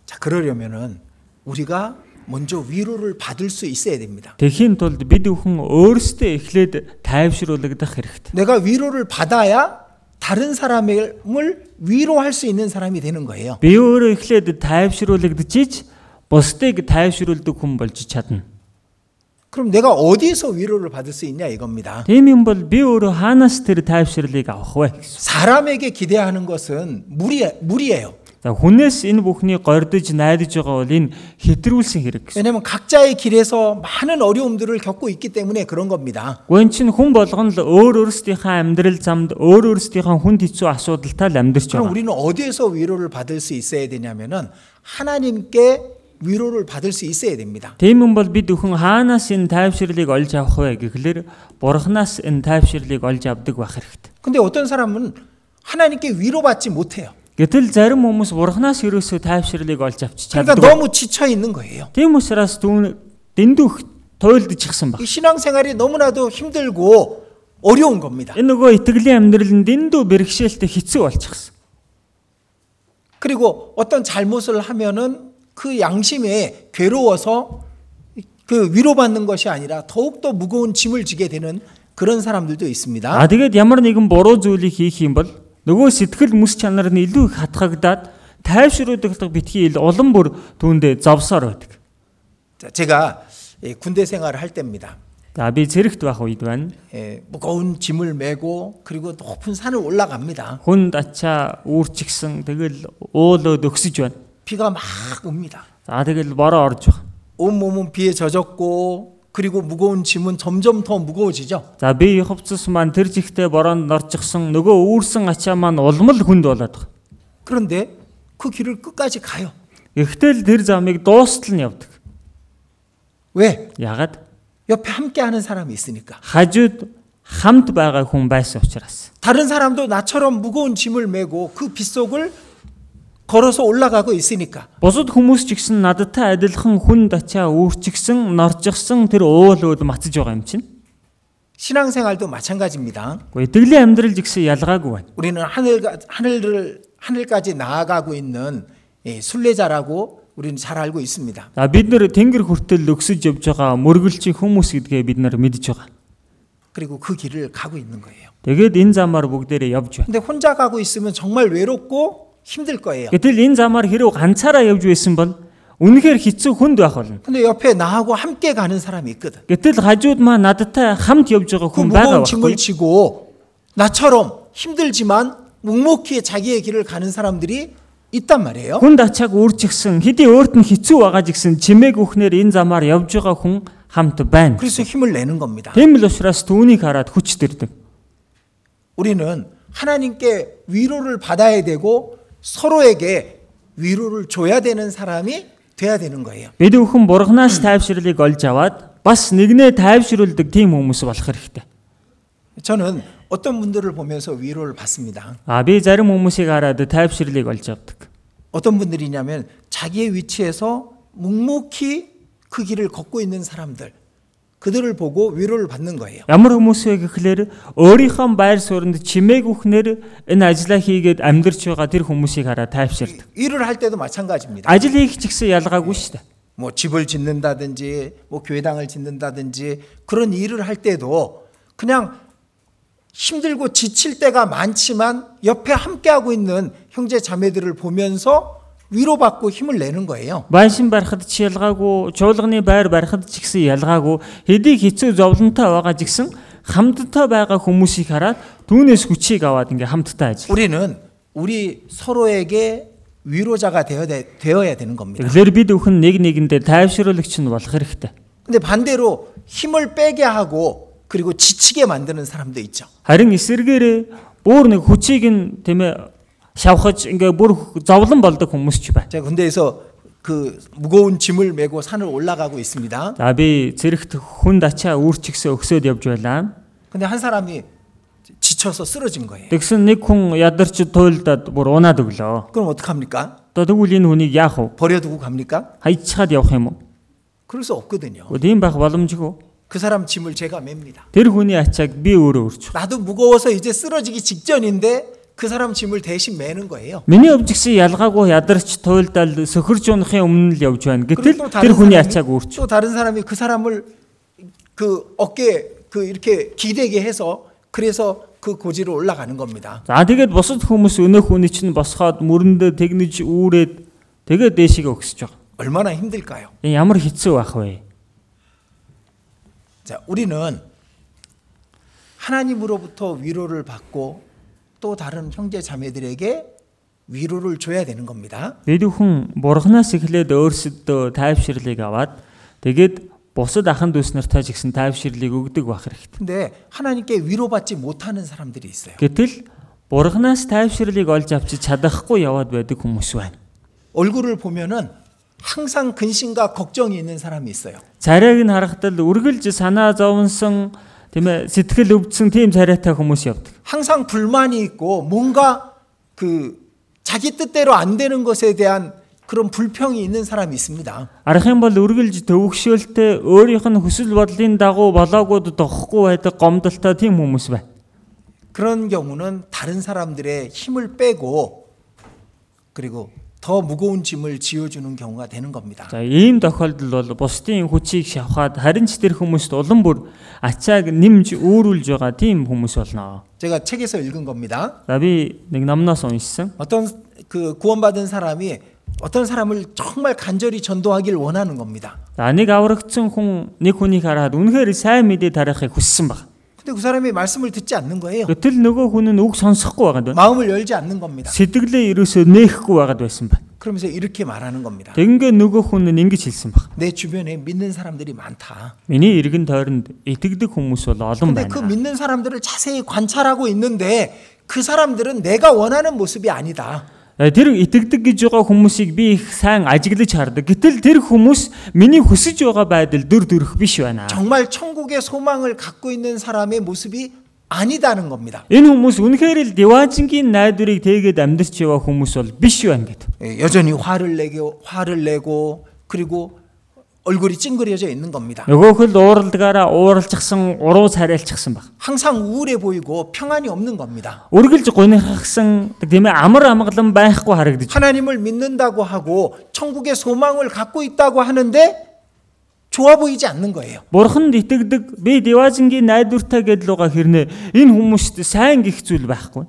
S1: 자, 그러려면은 우리가 먼저 위로를 받을 수 있어야 됩니다.
S2: Тэхийн тулд бид бүхэн өөрсдөө эхлээд тайвшруулагдах хэрэгтэй.
S1: 내가 위로를 받아야 다른 사람을 위로할 수 있는 사람이 되는 거예요.
S2: Би өөрөө эхлээд тайвшруулагдаж ич бусдыг тайвшруулдаг хүн болж чадна.
S1: 그럼 내가 어디에서 위로를 받을 수 있냐 이겁니다.
S2: Тийм юм бол би өөрөө хаанаас тэр тайвшралыг авах вэ гэсэн.
S1: 사람에게 기대하는 것은 무리 무리예요.
S2: За хүнээс энэ бүхний гордож найдаж байгаа бол энэ хэтрүүлсэн хэрэг гэсэн.
S1: 왜냐하면 각자의 길에서 많은 어려움들을 겪고 있기 때문에 그런 겁니다.
S2: Гүн чинь хүн болгоно л өөр өөрсдийнхээ амьдрал замд өөр өөрсдийнхээ хүнд хэцүү асуудалтай л амьдарч
S1: 그럼
S2: байгаа.
S1: 우리는 어디에서 위로를 받을 수 있어야 되냐면은 하나님께 위로를 받을 수 있어야 됩니다.
S2: Тийм юм бол бид өхөн хаанаас энэ тайвшралыг олж авах вэ гэхлээр бурхнаас энэ тайвшралыг олж авдаг байх хэрэгтэй.
S1: 근데 어떤 사람은 하나님께 위로받지 못해요.
S2: Гэтэл зарим хүмүүс бурхнаас юусоо тайвшралыг олж авч
S1: 그러니까
S2: чаддаг.
S1: 너무 지쳐 있는 거예요.
S2: Тийм учраас дүүн дэндүүх туйлдчихсан баг.
S1: 이 신앙생활이 너무나도 힘들고 어려운 겁니다.
S2: Энэ нөгөө итгэлийн амьдрал нь дэндүү бэрхшээлтэй хэцүү болчихсон.
S1: 그리고 어떤 잘못을 하면은 그 양심에 괴로워서 그 위로받는 것이 아니라 더욱더 무거운 짐을 지게 되는 그런 사람들도 있습니다.
S2: Аа тэгээд ямар нэгэн буруу зүйлийг хийх юм бол нөгөө сэтгэл мэс чанар нь илүү их хатгагдаад тайвшруулагдах битгий ил улам бүр түүндээ зовсоор байдаг.
S1: 자, 제가 예, 군대 생활을 할 때입니다.
S2: За би зэрэгт байх үед байна.
S1: 예, 무거운 짐을 메고 그리고 높은 산을 올라갑니다.
S2: Хүнд ачаа үүрчгсэн тэгэл уулоод өгсөж байна.
S1: 비가 막 옵니다.
S2: За тэгэл бороо орж байна.
S1: 온몸은 비에 젖었고 그리고 무거운 짐은 점점 더 무거워지죠.
S2: За би явцсан маань тэр жигтэй бороонд норжчихсан нөгөө үүрсэн ачаа маань улам л хүнд болоод байна.
S1: 그런데 그 길을 끝까지 가요.
S2: Эхтэл тэр замыг дуустал нь явдаг.
S1: 왜?
S2: Ягаад?
S1: 옆에 함께 하는 사람이 있으니까.
S2: Хажууд хамт байгаа хүн байсан учраас.
S1: 다른 사람도 나처럼 무거운 짐을 메고 그 빗속을 걸어서 올라가고 있으니까
S2: Бусад хүмүүс ч гэсэн надтай адилхан хүн дачаа үүрчгсэн, норжгсан тэр уул уул мацж байгаа юм чинь.
S1: 신앙생활도 마찬가지입니다.
S2: Гэхдээ итгэлийн амьдрал жигсэн ялгаагүй байна.
S1: 우리는 하늘 하늘을 하늘까지 나아가고 있는 예, 순례자라고 우리는 잘 알고 있습니다.
S2: За бид нэр тэнгэр хүртэл өгсөж явж байгаа мөргөлчийн хүмүүс гэдгээ бид нар мэдж байгаа.
S1: 그리고 그 길을 가고 있는 거예요.
S2: Тэгээд энэ замаар бүгдээрээ явж байна.
S1: 근데 혼자 가고 있으면 정말 외롭고 힘들 거예요.
S2: Гэтэл энэ замаар хэрэг ганцаараа явж байсан бол үнэхээр хэцүү хүнд байх болно.
S1: 근데 옆에 나하고 함께 가는 사람이 있거든.
S2: Гэтэл хажууд маа надтай хамт явж байгаа
S1: 그
S2: хүн байгаа
S1: 무거운 짐을
S2: байхгүй.
S1: 지고 나처럼 힘들지만 묵묵히 자기의 길을 가는 사람들이 있단 말이에요.
S2: Хүн ачааг өөрчихсөн хэдий өөрт нь хэцүү байгаа ч гэсэн чимээг өхнөр энэ замаар явж байгаа хүн хамт байна.
S1: 그래서 힘을 내는 겁니다.
S2: Тийм л учраас түүнийг хараад хүч төрдөг.
S1: 우리는 하나님께 위로를 받아야 되고 서로에게 위로를 줘야 되는 사람이 돼야 되는 거예요.
S2: Бид өхөн бурхнаас тайвшралыг олж аваад бас нэгнээ тайвшруулдаг тийм хүмүүс болох хэрэгтэй.
S1: 저는 어떤 분들을 보면서 위로를 받습니다.
S2: А би зарим хүмүүсийг хараад тайвшралыг олж авдаг.
S1: 어떤 분들이냐면 자기의 위치에서 묵묵히 그 길을 걷고 있는 사람들 그들을 보고 위로를 받는 거예요.
S2: Ямар хүмүүс вэ гэхлээр өөрийнхөө байр суурьнд чимээг өхнөр энэ ажлаа хийгээд амьдарч байгаа тэр хүмүүсийг хараад тайвширдаг.
S1: 일을 할 때도 마찬가지입니다.
S2: Ажил хийх ч гэсэн ялгаагүй шүү дээ.
S1: 뭐 집을 짓는다든지 뭐 교회당을 짓는다든지 그런 일을 할 때도 그냥 힘들고 지칠 때가 많지만 옆에 함께하고 있는 형제 자매들을 보면서 위로받고 힘을 내는 거예요.
S2: Байшин барихад ч ялгаагүй, чуулганы байр барихад ч гэсэн ялгаагүй, хэдий хэцүү зовлонтой байгаа ч гэсэн хамтдаа байгаа хүмүүсийг хараад түүнээс хүчийг аваад ингээ хамтдаа ажил.
S1: 우리는 우리 서로에게 위로자가 되어야, 돼- 되어야 되는 겁니다.
S2: Тэгэлэр бид өхөн нэг нэгэндээ тайвшруулагч нь болох хэрэгтэй.
S1: 근데 반대로 힘을 빼게 하고 그리고 지치게 만드는 사람도 있죠.
S2: Харин эсэргээрээ бүр нэг хүчийг нь тийм ээ шавхаж ингээ бүр зовлон болдог хүмүүс ч байна.
S1: 제가 군대에서 그 무거운 짐을 메고 산을 올라가고 있습니다.
S2: За би зэрэгт хүнд ачаа үүрчгсээ өксөөд явж байлаа.
S1: 근데 한 사람이 지쳐서 쓰러진 거예요.
S2: Тэгсэн нэг хүн ядарч туйлдаад бүр унаад өглөө.
S1: 그럼 어떡합니까?
S2: Одоо тэгвэл энэ хүнийг яах вэ?
S1: 버려두고 갑니까?
S2: Хайчаад явах юм уу?
S1: 그럴 수 없거든요.
S2: Тэгвэл ийм байх боломжгүй.
S1: 그 사람 짐을 제가 맵니다.
S2: Тэр хүний ачааг би өөрөө өөрчв.
S1: 나도 무거워서 이제 쓰러지기 직전인데 그 사람 짐을 대신 매는 거예요.
S2: Миний өвжгсэн ялгаагүй ядарч туйлдаал сөхөрж унахын өмнө л явж байна.
S1: 그리고
S2: Гэтэл тэр хүний ачааг өөрчв.
S1: 또 다른 사람이 그 사람을 그 어깨 그 이렇게 기대게 해서 그래서 그 고지로 올라가는 겁니다.
S2: За тэгээд бусад хүмүүс өнөөх үний чинь босгоод мөрөндөө тэгнэж үүрээд тэгээд дээшгээ өгсөж байгаа.
S1: 얼마나 힘들까요?
S2: Энэ ямар хэцүү байх вэ?
S1: 자, 우리는 하나님으로부터 위로를 받고 또 다른 형제 자매들에게 위로를 줘야 되는 겁니다.
S2: Бид хүн бурхнаас эхлээд өөрсөдөө тайвширлыг аваад тэгээд бусад ахын дүүс нартай ч гэсэн тайвширлыг өгдөг байх хэрэгтэй.
S1: 근데 하나님께 위로받지 못하는 사람들이 있어요.
S2: Гэтэл бурхнаас тайвширлыг олж авчиж чадахгүй яваад байдаг хүмүүс байна.
S1: 얼굴을 보면은 항상 근심과 걱정이 있는 사람이 있어요.
S2: Царайг нь харахад л үргэлж санаа зовсон тийм ээ сэтгэл өвдсөн тийм царайтай хүмүүс явдаг.
S1: 항상 불만이 있고 뭔가 그 자기 뜻대로 안 되는 것에 대한 그런 불평이 있는 사람이 있습니다.
S2: Арах юм бол үргэлж төвөгшөөлтэй өөрийнх нь хүсэл бодлын дагуу болоогууд дохгүй байдаг гомдолтой тийм хүмүүс байна.
S1: 그런 경우는 다른 사람들의 힘을 빼고 그리고 더 무거운 짐을 지어주는 경우가 되는 겁니다.
S2: За ийм тохиолдол бол бусдын хүчийг шавхаад харин ч тэр хүмүүст улам бүр ачааг нэмж өөрүүлж байгаа тийм хүмүүс болно.
S1: 제가 책에서 읽은 겁니다.
S2: За би нэг намнаас уншсан.
S1: 어떤 그 구원받은 사람이 어떤 사람을 정말 간절히 전도하길 원하는 겁니다.
S2: За нэг аврагдсан хүн нэг хүнийг хараад үнэхээр сайн мэдээ тарихыг хүссэн баг.
S1: 근데 그 사람이 말씀을 듣지 않는 거예요.
S2: Гэтэл нөгөө хүн нь үг сонсохгүй байгаад байна.
S1: 마음을 열지 않는 겁니다.
S2: Сэтгэлээ ерөөсөө нээхгүй байгаад байсан байна.
S1: 그러면서 이렇게 말하는 겁니다.
S2: Тэгэнгээ нөгөө хүн нь ингэж хэлсэн баг.
S1: 내 주변에 믿는 사람들이 많다.
S2: Миний эргэн тойронд итгэдэг хүмүүс бол олон
S1: 근데 그 믿는
S2: байна.
S1: 사람들을 자세히 관찰하고 있는데 그 사람들은 내가 원하는 모습이 아니다.
S2: Э, Тэр итгэдэг гэж байгаа хүмүүсийг би их сайн ажиглаж хардаг. Гэтэл тэр хүмүүс миний хүсэж байгаа байдал дүр төрөх биш байна.
S1: 정말 천국의 소망을 갖고 있는 사람의 모습이 아니다는 겁니다.
S2: Энэ хүмүүс үнэхээр л диваажингийн найдварыг тэгээд амьдарч яваа хүмүүс бол биш байна гэдэг.
S1: 예, 여전히 화를 내고 화를 내고 그리고 얼굴이 찡그려져 있는 겁니다.
S2: Нөгөөх л ууралдгаараа ууралчихсан, уруу царайлчихсан баг.
S1: 항상 우울해 보이고 평안이 없는 겁니다.
S2: Үргэлж гонхагсан тийм ээ амар амгалан байхгүй харагдаж.
S1: 하나님을 믿는다고 하고 천국의 소망을 갖고 있다고 하는데 좋아 보이지 않는 거예요.
S2: Бурханд итгэдэг би диваажингийн найдвартай гэдэл байгаа хэрнээ энэ хүмүүст сайн гих зүйл байхгүй.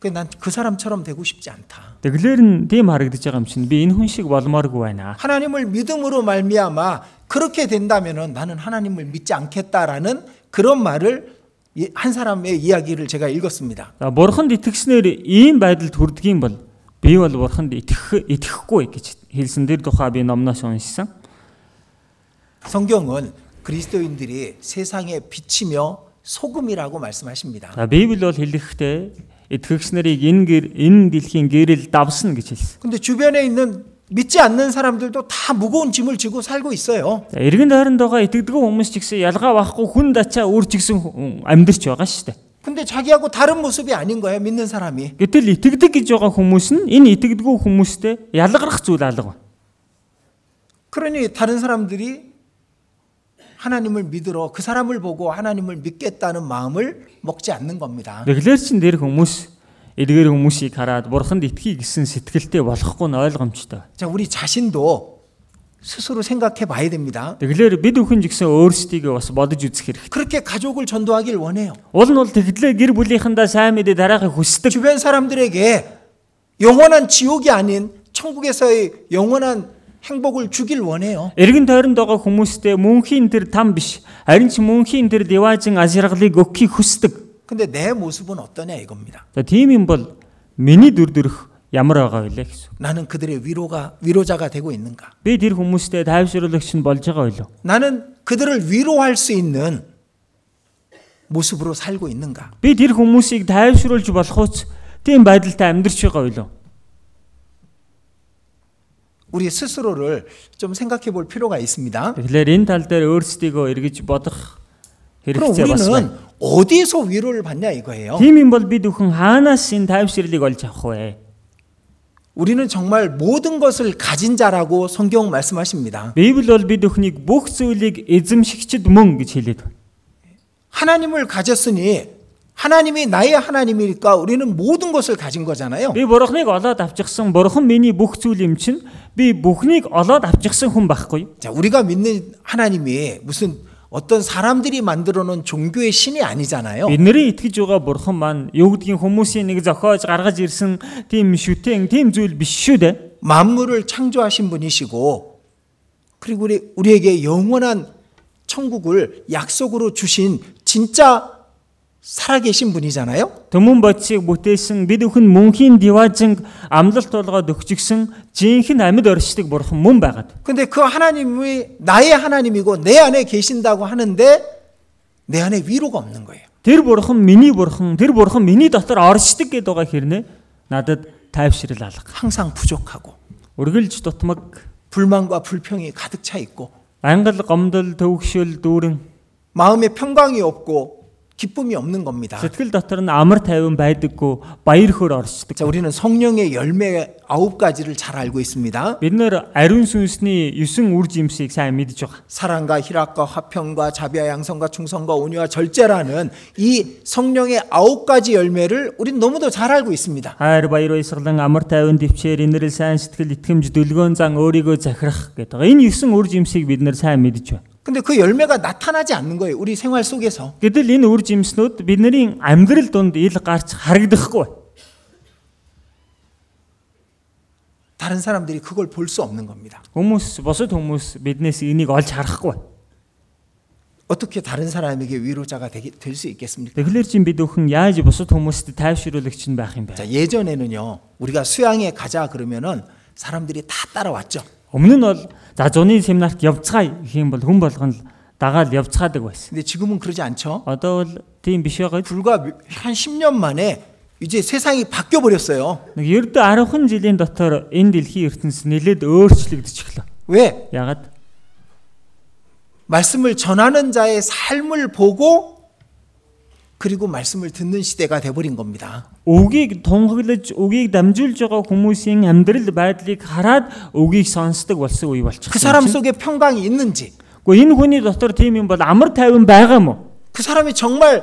S1: 난그 사람처럼 되고 싶지 않다.
S2: Тэглэр нь тийм харагдаж байгаа юм чинь би энэ хүн шиг болмооргүй байна.
S1: 하나님을 믿음으로 말미암아 그렇게 된다면은 나는 하나님을 믿지 않겠다라는 그런 말을 이- 한 사람의 이야기를 제가 읽었습니다.
S2: За бурханд итгэснээр ийм байдалд хүрдгийн бол би бол бурханд итгэх итгэхгүй гэж хэлсэн дэр тухай би номноос уншсан.
S1: 성경은 그리스도인들이 세상에 빛이며 소금이라고 말씀하십니다.
S2: За Библи бол хэлэхдээ итгэгчнэрийг энэ гэр энэ дэлхийн гэрэл давсна гэж хэлсэн.
S1: 근데 주변에 있는 믿지 않는 사람들도 다 무거운 짐을 지고 살고 있어요.
S2: За эргэн тойронд байгаа итгэдэггүй хүмүүс ч гэсэн ялгаа байхгүй хүн дачаа үр жигсэн хүн амьдарч байгаа шүү дээ.
S1: 근데 자기하고 다른 모습이 아닌 거예요, 믿는 사람이.
S2: Гэтэл итгэдэг гэж байгаа хүмүүс нь энэ итгэдэггүй хүмүүстэй ялгарх зүйл алга байна.
S1: 그러니 다른 사람들이 하나님을 믿으러 그 사람을 보고 하나님을 믿겠다는 마음을 먹지 않는 겁니다.
S2: Тэглэр чин дэр хүмүүс эдгээр хүмүүсийг хараад бурханд итгэе гэсэн сэтгэлтэй болохгүй нь ойлгомжтой.
S1: 자, 우리 자신도 스스로 생각해 봐야 됩니다.
S2: Тэглэр бид бүхэн ч гэсэн өөрсдийгөө бас бодож үзэх хэрэгтэй.
S1: 그렇게 가족을 전도하길 원해요.
S2: Уул нь бол тэглээ гэр бүлийнхэндээ сайн мэдээ дараахыг
S1: 그
S2: хүсдэг.
S1: 주변 사람들에게 영원한 지옥이 아닌 천국에서의 영원한 행복을 주길 원해요.
S2: Эргэн тойронд байгаа хүмүүстэй мөнхийн тэр там биш, харин ч мөнхийн тэр диваажин ажиргалыг өгөхийг хүсдэг.
S1: 근데 내 모습은 어떠냐 이겁니다.
S2: За тийм юм бол миний дүр төрх ямар байгаа вэ гэсэн.
S1: 나는 그들의 위로가 위로자가 되고 있는가?
S2: Би тэр хүмүүстэй тайвшруулагч нь болж байгаа юу?
S1: 나는 그들을 위로할 수 있는 모습으로 살고 있는가?
S2: Би тэр хүмүүсийг тайвшруулж болох уц тийм байдалтай амьдрч байгаа юу?
S1: 우리 스스로를 좀 생각해 볼 필요가 있습니다.
S2: Тэгэхээр энэ тал дээр өөрсдийгөө эргэж бодох
S1: 그럼
S2: хэрэгтэй бас байна.
S1: 우리는 어디에서 위로를 받냐 이거예요.
S2: Тийм юм бол бид бүхэн хаанаас энэ тайвширлыг олж авах вэ?
S1: 우리는 정말 모든 것을 가진 자라고 성경 말씀하십니다.
S2: Библи бол бид бүхнийг бүх зүйлийг эзэмшигчд мөн гэж хэлээд байна.
S1: 하나님을 가졌으니 하나님이 나의 하나님이니까 우리는 모든 것을 가진 거잖아요.
S2: Би бурхныг олоод авчихсан, бурхан миний бүх зүйл юм чинь би бүхнийг олоод авчихсан хүн байхгүй. юу?
S1: 자, 우리가 믿는 하나님이 무슨 어떤 사람들이 만들어 놓은 종교의 신이 아니잖아요.
S2: Бид нэрийг итгэж байгаа бурхан маань юу гэдгийг хүмүүсийн нэг зохиож гаргаж ирсэн тийм шүтэн, тийм зүйл биш шүү дээ.
S1: 만물을 창조하신 분이시고 그리고 우리 우리에게 영원한 천국을 약속으로 주신 진짜 살아계신 분이잖아요.
S2: Төмөн бодисыг бүтээсэн бид бүхэн мөнхийн диваажинг амлалт болгоод өгчгсэн жинхэнэ амьд оршдог бурхан мөн байгаад.
S1: 근데 그 하나님이 나의 하나님이고 내 안에 계신다고 하는데 내 안에 위로가 없는 거예요.
S2: Тэр бурхан миний бурхан, тэр бурхан миний дотор оршдог гэдээ байгаа хэрнээ надад тайвшрал алга.
S1: 항상 부족하고
S2: Үргэлж дутмаг,
S1: 불만과 불평이 가득 차 있고
S2: ангал гомдол, төвөгшөл, дүүрэн
S1: 마음에 평강이 없고 기쁨이 없는 겁니다.
S2: Сэтгэл дотор нь амар тайван байдаггүй баяр хөөр оршдог.
S1: 자, 우리는 성령의 열매 아홉 가지를 잘 알고 있습니다.
S2: Бид нэр ариун сүнсний 9 үр жимсийг сайн мэдж байгаа.
S1: 사랑과 희락과 화평과 자비와 양성과 충성과 온유와 절제라는 이 성령의 아홉 가지 열매를 우린 너무도 잘 알고 있습니다.
S2: Хайр, баяр, баясгалан, амар тайван, дэвчээр, инэрэл, сайн сэтгэл, итгэмж, дүлгөөн зан өөрийгөө захирах гэдэг. байгаа. Энэ 9 үр жимсийг бид нэр сайн мэдж байна.
S1: 근데 그 열매가 나타나지 않는 거예요. 우리 생활 속에서.
S2: Гэтэл энэ үр жимснүүд бидний амьдрал дунд ил гарч харагдахгүй.
S1: 다른 사람들이 그걸 볼 수 없는 겁니다.
S2: Хүмүүс, бусад хүмүүс биднээс энийг олж харахгүй.
S1: 어떻게 다른 사람에게 위로자가 될 수 있겠습니까?
S2: Тэгэхээр чи бид өхөн яаж бусад хүмүүст тайвшруулагч нь байх юм бэ?
S1: 자, 예전에는요. 우리가 수양에 가자 그러면은 사람들이 다 따라왔죠.
S2: Өмнө нь бол за зуны семинарт явцгаая гэх юм бол хүн болгон л дагаал явцгаадаг байсан.
S1: 근데 지금은 그러지 않죠.
S2: Одоо бол тийм биш байгаа.
S1: 불과 한 10년 만에 이제 세상이 바뀌어 버렸어요.
S2: Нэг ердөө 10хан жилийн дотор энэ дэлхийн ертөнц нэлээд өөрчлөгдөж эхлэв.
S1: 왜?
S2: Ягаад
S1: 말씀을 전하는 자의 삶을 보고 그리고 말씀을 듣는 시대가 돼버린 겁니다.
S2: үгийг тунгаглаж, үгийг дамжуулж байгаа хүмүүсийн амьдрал байдлыг хараад үгийг сонсдог болсон үе
S1: 그 사람
S2: болчихсон.
S1: 속에 평강이 있는지,
S2: Гэхдээ энэ хүний дотор тийм юм бол амар тайван байгаа мó?
S1: 그 사람이 정말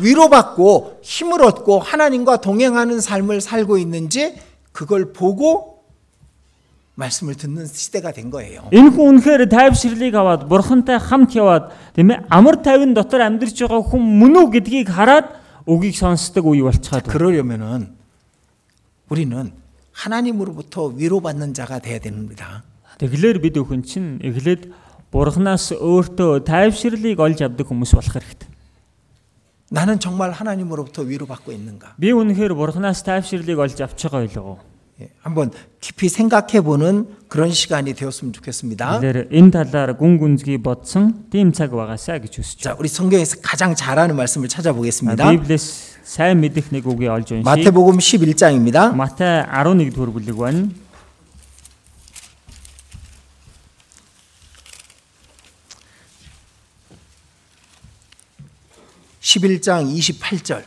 S1: 위로받고 힘을 얻고 하나님과 동행하는 삶을 살고 있는지 그걸 보고 말씀을 듣는 시대가 된 거예요.
S2: Энэ хүн үнэхээр тайвшрлыг аваад, бурхантай хамт яваад, тийм ээ, амар тайван дотор амьдарч байгаа хүн мөн үү гэдгийг хараад үгийг сонсдог үе болчиход. байна.
S1: 그러려면은 우리는 하나님으로부터 위로받는 자가 돼야 됩니다.
S2: Тэглэр бид өхөн чинь эхлээд бурхнаас өөртөө тайвширлыг олж авдаг хүмүүс болох хэрэгтэй.
S1: 나는 정말 하나님으로부터 위로받고 있는가?
S2: Би үнэхээр бурхнаас тайвширлыг олж авч байгаа юу?
S1: 예, 한번 깊이 생각해 보는 그런 시간이 되었으면 좋겠습니다.
S2: Тэглэр энэ талаар гүн гүнзгий бодсон тийм цаг байгаасаа гэж хүсэж
S1: 자, 우리 성경에서 가장 잘하는 말씀을 찾아보겠습니다.
S2: 네. Библиэс сайн мэдих нэг үгийг олж уншия.
S1: 마태복음 11장입니다.
S2: Матай 11 дугаар бүлэг байна.
S1: 십일장 28절.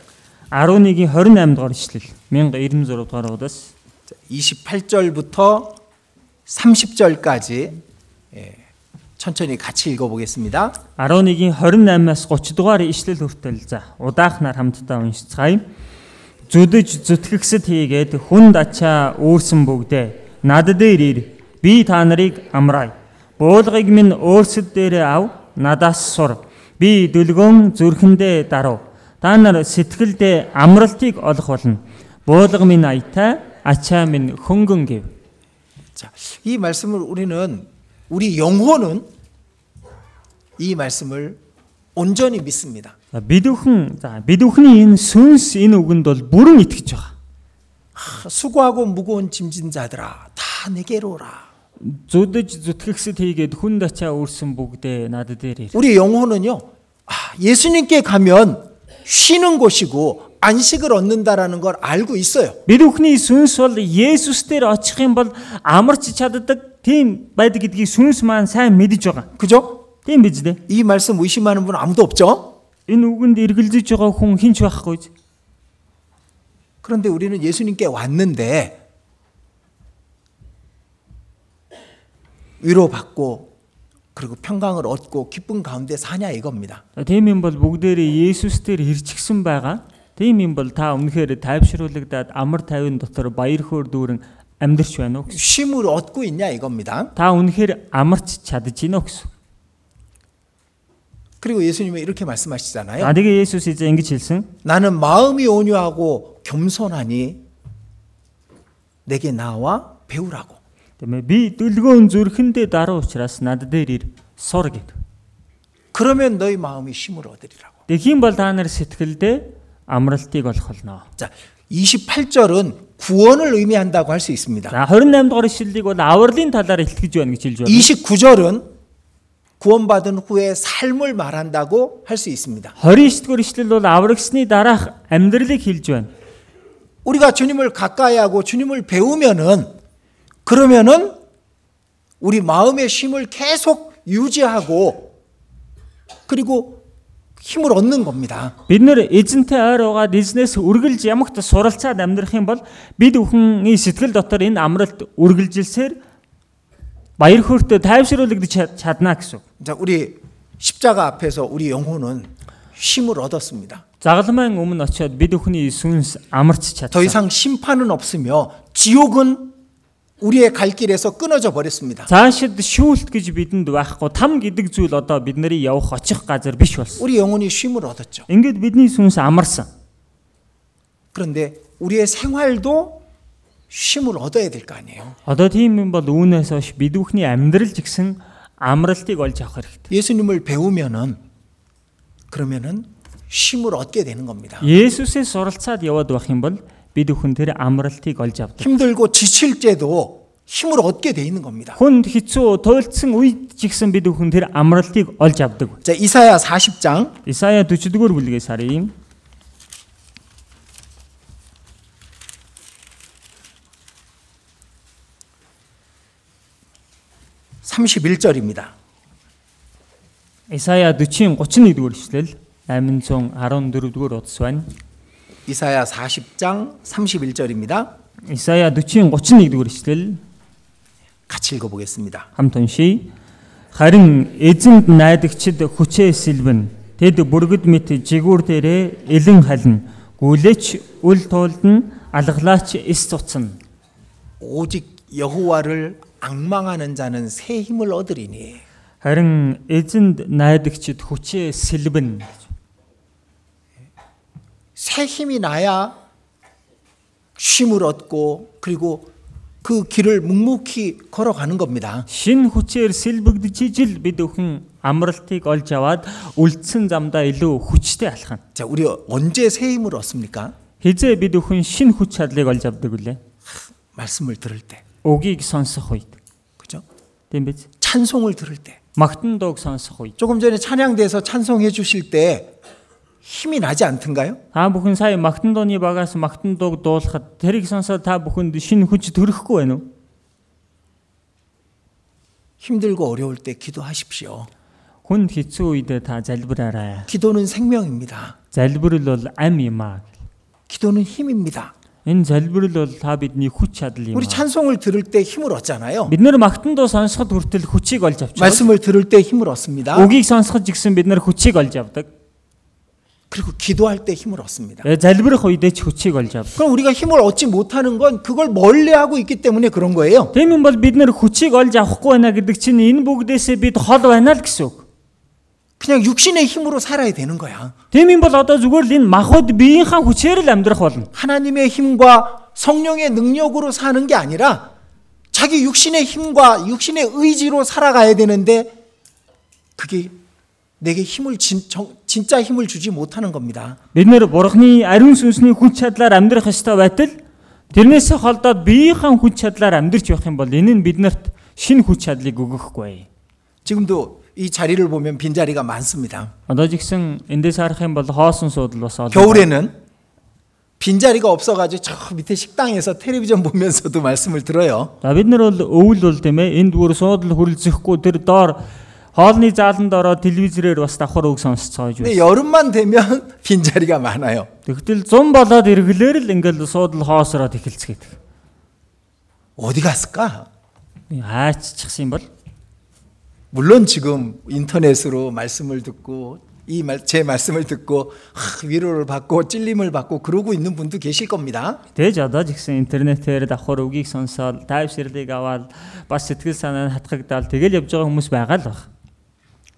S2: 11-ийн 28 дугаар ишлэл. 1096 дугаар удаас
S1: 28절부터 30절까지 예, 천천히 같이 읽어 보겠습니다.
S2: 11-ийн 28-аас 30 дугаар ишлэл хүртэл за удаахнаар хамтдаа уншицгаая. Зүдэж зүтгэгсэд хийгээд хүн дачаа үүсэн бүгдээ над дээр ир. Би та нарыг амраая. Буулгыг минь өөрсөд дээрээ ав, надаас сур. Би дүлгөөн зүрхэндээ дарав. Та нар сэтгэлдээ амралтыг олох болно. Буулга минь аятай, ачаа минь хөнгөн гэв.
S1: 자, 이 말씀을 우리는 우리 영혼은 이 말씀을 온전히 믿습니다.
S2: За, Бид бүхэн за бид бүхний энэ сүнс энэ үгэнд бол бүрэн итгэж байгаа.
S1: 하, 수고하고 무거운 짐진 자들아 다 내게로 오라.
S2: зүдэж зүтгэгсэд хийгээд хүн дачаа үүрсэн бүгдээ над дээр ир.
S1: 우리 영혼은요. 아, 예수님께 가면 쉬는 곳이고 안식을 얻는다라는 걸 알고 있어요.
S2: Бид бүхний сүнс бол Есүс дээр очих юм бол амарч чаддаг тийм байдаг гэдгийг сүнс маань сайн мэдж байгаа.
S1: 그죠?
S2: Тийм биз дээ.
S1: 이 말씀 의심하는 분 아무도 없죠?
S2: Энэ үгэнд эргэлзэж байгаа хүн хинч байхгүй.
S1: 그런데 우리는 예수님께 왔는데 위로받고 그리고 평강을 얻고 기쁨 가운데 사냐 이겁니다.
S2: За, Тийм юм бол бүгдээрээ Есүс дээр ирчихсэн байгаа. Тийм юм бол та өмнөхөр тайвшруулагдаад амар тайван дотор баяр хөөр дүүрэн амьдарч байна уу гэсэн.
S1: 쉼을 얻고 있냐 이겁니다.
S2: Та үнэхээр амарч чадж гинөө гэсэн.
S1: 그리고 예수님은 이렇게 말씀하시잖아요.
S2: А тэгээ Есүс эзэ ингэж хэлсэн.
S1: 나는 마음이 온유하고 겸손하니 내게 나와 배우라고.
S2: Тэмээ би дүлгөөн зүрхэндээ даруй учраас над дээр ир сур гэв.
S1: 그러면 너희 마음이 쉼을 얻으리라고.
S2: Тэгхийн бол та нар сэтгэлдээ амралтыг олох болно.
S1: 자, 28절은 구원을 의미한다고 할 수 있습니다.
S2: За 28 дугаар ишлэлийг бол авралын талаар илтгэж байна гэж хэлж байна.
S1: 29절은 구원받은 후에 삶을 말한다고 할 수 있습니다.
S2: 29 дугаар ишлэл бол аврагсны дараах амьдралыг хэлж байна.
S1: 우리가 주님을 가까이하고 주님을 배우면은 그러면은 우리 마음의 힘을 계속 유지하고 그리고 힘을 얻는 겁니다.
S2: Бид нэр эзэнтэй ойр угаад эзнээс үргэлж ямагт суралцаад амьдрах юм бол бид бүхний сэтгэл дотор энэ амралт үргэлжилсээр баяр хөөртэй тайвшруулагдаж чад- чадна гэсэн. үг.
S1: 자, 우리 십자가 앞에서 우리 영혼은 힘을 얻었습니다.
S2: Загалмайн өмнө очиод бид бүхний сүнс амарч
S1: 더
S2: чадсан.
S1: 이상 심판은 없으며 지옥은 우리의 갈 길에서 끊어져 버렸습니다.
S2: Цаашид шүүлт гэж бидэнд байхгүй там гэдэг зүйл одоо бид нарыг явах очих газар биш болсон.
S1: 우리 영혼이 쉼을 얻었죠.
S2: Ингээд бидний сүнс амарсан.
S1: 그런데 우리의 생활도 쉼을 얻어야 될 거 아니에요.
S2: Одоо тийм юм бол үүнээс хойш бид бүхний амьдрал гэсэн амралтыг олж авах хэрэгтэй.
S1: 예수님을 배우면은 그러면은 쉼을 얻게 되는
S2: 예.
S1: 겁니다.
S2: Есүсээс суралцаад яваад байх юм бол бид бүхэн тэр амралтыг олж авдаг.
S1: 힘들고 지칠 때도 힘을 얻게 돼 있는 겁니다.
S2: Хүнд хэцүү, туйлдсан үед ч гэсэн бид бүхэн тэр амралтыг олж авдаг.
S1: 자, 이사야 40장
S2: Исая 40-р бүлгээс харъя.
S1: 31절입니다.
S2: Исая 40-ийн 31-р эшлэл 814-р удас байна.
S1: 이사야 40장 31절입니다.
S2: Исая 40-ийн 31-р эшлэл
S1: 같이 읽어 보겠습니다.
S2: хамт уншийе. Харин эзэнд найдагчд хүчээ сэлбэн. Тэд бүргэд мэт жигүүр дээрээ элэн хална. Гүлээч үл туулна, алгалаач эс цуцна.
S1: 오직 여호와를 악망하는 자는 새 힘을 얻으리니
S2: Харин эзэнд найдагчд хүчээ сэлбэн.
S1: 새 힘이 나야 쉼을 얻고 그리고 그 길을 묵묵히 걸어가는 겁니다.
S2: Шин хүчээр сэлбэгдэж ижил бид өхөн амралтыг олж аваад үлдсэн замдаа илүү хүчтэй алхана.
S1: 자, 우리 언제 새 힘을 얻습니까?
S2: Хизээ бид өхөн шин хүч чадлыг олж авдаг үлээ.
S1: 말씀을 들을 때.
S2: Үгийг сонсох үед.
S1: 그죠?
S2: Тийм биз?
S1: 찬송을 들을 때.
S2: Магтан дууг сонсох үед.
S1: 조금 전에 찬양대에서 찬송해 주실 때 힘이 나지 않던가요?
S2: Та бүхэн сая магтан дууны багаас магтан дууг дуулахад тэрийг сонсоод та бүхэнд шин хүч төрөхгүй байна уу?
S1: 힘들고 어려울 때 기도하십시오.
S2: Хүн хэцүү үед та залбираарай.
S1: 기도는 생명입니다.
S2: Залбирал бол ам юм аа.
S1: 기도는 힘입니다.
S2: Энэ залбирал бол та бидний хүч чадал юм
S1: 우리
S2: аа.
S1: 찬송을 들을 때 힘을 얻잖아요.
S2: Бид нэр магтан дуу сонсоход хүртэл хүчийг олж авчихсан.
S1: 말씀을 들을 때 힘을 얻습니다.
S2: Үгийг сонсоход ч гэсэн бид нэр хүчийг олж авдаг.
S1: 그리고 기도할 때 힘을 얻습니다.
S2: Э, Залбирах үедээ ч хүчийг олж авдаг.
S1: 그럼 우리가 힘을 얻지 못하는 건 그걸 멀리하고 있기 때문에 그런 거예요.
S2: Тийм юм бол бид нэр хүчийг олж авахгүй байна гэдэг чинь энэ бүгдээсээ бид хол байна л гэсэн үг.
S1: 그냥 육신의 힘으로 살아야 되는 거야.
S2: Тийм юм бол одоо зүгээр л энэ махуд биеийнхаа хүчээр л амьдрах болно.
S1: 하나님의 힘과 성령의 능력으로 사는 게 아니라 자기 육신의 힘과 육신의 의지로 살아가야 되는데 그게 내게 힘을 진, 정- 진짜 힘을 주지 못하는 겁니다.
S2: Бид нэр бурхны ариун сүнсний хүч чадлаар амьдрах ёстой байтал тэрнээсээ холдоод биеийнхаа хүч чадлаар амьдрч явах юм бол энэ нь биднэрт шинэ хүч чадлыг өгөхгүй.
S1: 지금도 이 자리를 보면 빈자리가 많습니다.
S2: Одоо ч гэсэн эндээс харах юм бол хоосон суудл бас олон.
S1: 겨울에는 빈자리가 없어가지고 저 밑에 식당에서 텔레비전 보면서도 말씀을 들어요.
S2: За бид нар бол өвөл бол тийм ээ энд бүр суудл хүрлцэхгүй тэр доор хоолны зааланд ороод телевизрээр бас давхар үг сонсцоож
S1: 근데
S2: байна.
S1: 여름만 되면 빈자리가 많아요.
S2: Тэгтэл 100 болоод эргэлээр л ингээл суудл хоосроод эхэлцгээдэг.
S1: 어디 갔을까?
S2: Хаачихсан юм бол
S1: 물론 지금 인터넷으로 말씀을 듣고 이 제 말씀을 듣고 하, 위로를 받고 찔림을 받고 그러고 있는 분도 계실 겁니다.
S2: Тэгэж одоо ч гэсэн интернетээр давхар үгийг сонсоод, тайвширлыг аваад бас сэтгэл санаа нь хатгагдаал тэгэл явж байгаа хүмүүс байгаа л баг.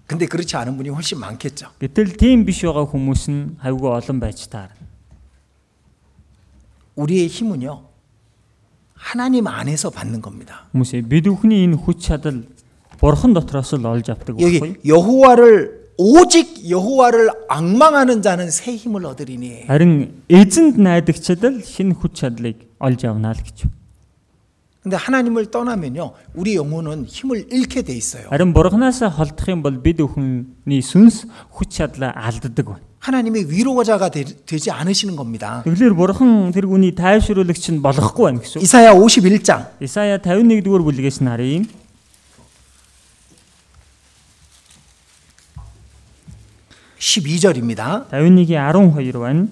S1: 근데 그렇지 않은 분이 훨씬 많겠죠.
S2: Гэтэл тийм биш байгаа хүмүүс нь хавгүй олон байж таар.
S1: 우리의 힘은요. 하나님 안에서 받는 겁니다.
S2: Хүмүүсээ бид бүхний энэ хүч чадал бурхан дотроос л олж авдаг
S1: 여기
S2: байхгүй.
S1: 여호와를 오직 여호와를 악망하는 자는 새 힘을 얻으리니
S2: Харин эзэнд найдагчид л шинэ хүч чадлыг олж авна л гэж.
S1: 근데 하나님을 떠나면요. 우리 영혼은 힘을 잃게 돼 있어요.
S2: Харин бурханаасаа холдох юм бол бид бүхний сүнс хүч чадлаа алддаг байна.
S1: 하나님의 위로자가 되, 되지 않으시는 겁니다.
S2: Тэгэлэр бурхан тэр хүний тайвшруулагч нь болохгүй байна гэсэн. үг.
S1: 이사야 51장
S2: Исая 51-р бүлгээс нь харъя.
S1: 십이 절입니다
S2: 51-ийн 12 байна.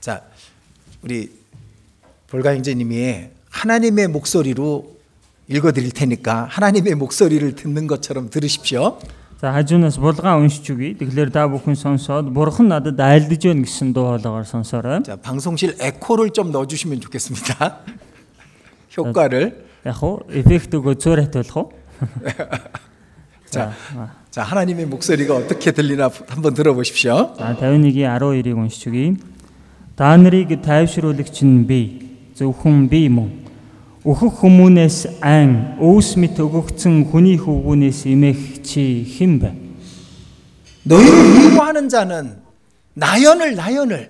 S1: 자, 우리 볼가 형제님이 하나님의 목소리로 읽어드릴 테니까 하나님의 목소리를 듣는 것처럼 들으십시오.
S2: За хажуунаас булгаан уншиж үгэй. Тэгэхээр та бүхэн сонсоод бурхан надад айлдж байна гэсэн дуу хоолойгоор сонсоорой.
S1: 자, 방송실 에코를 좀 넣어주시면 좋겠습니다. 효과를.
S2: Яг уу эффект өгөө зөөр хатуулах уу?
S1: 자, 자, 하나님의 목소리가 어떻게 들리나 한번 들어보십시오.
S2: За 51-ийн 12-ыг уншиж үгэй. Та нарыг тайвшруулагч нь би. Зөвхөн би мөн. Өөхөх хүмүүнээс айн, өвс мэт өгөгдсөн хүний хөвгүүнээс имэх чи хэн бэ?
S1: 너희를 위로하는 자는 나연을 나연을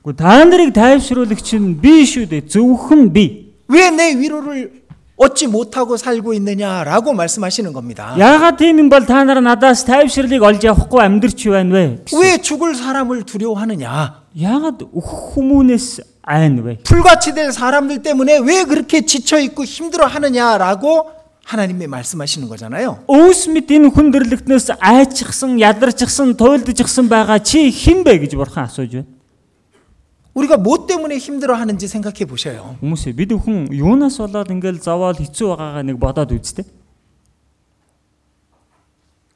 S2: Гэхдээ та нарыг тайвшруулагч нь би шүү дээ. Зөвхөн би.
S1: 왜 내 위로를 얻지 못하고 살고 있느냐라고 말씀하시는 겁니다.
S2: Яагаад тийм юм бол та нар надаас тайвширлыг олж авахгүй амьдрч байна вэ?
S1: 왜 죽을 사람을 두려워하느냐?
S2: Яагаад өөх хүмүүнээс айн вэ?
S1: 불같이 될 사람들 때문에 왜 그렇게 지쳐 있고 힘들어 하느냐라고 하나님이 말씀하시는 거잖아요.
S2: Өөс мэд энэ хүн дэрлэгтнээс айчихсан, ядарчихсан, туйлдчихсан байгаа чи хэн бэ гэж бурхан асууж байна.
S1: 우리가 뭐 때문에 힘들어 하는지 생각해 보셔요.
S2: Хүмүүсээ бид бүхэн юунаас болоод ингээл заваал хэцүү байгаагаа нэг бодоод үзтээ.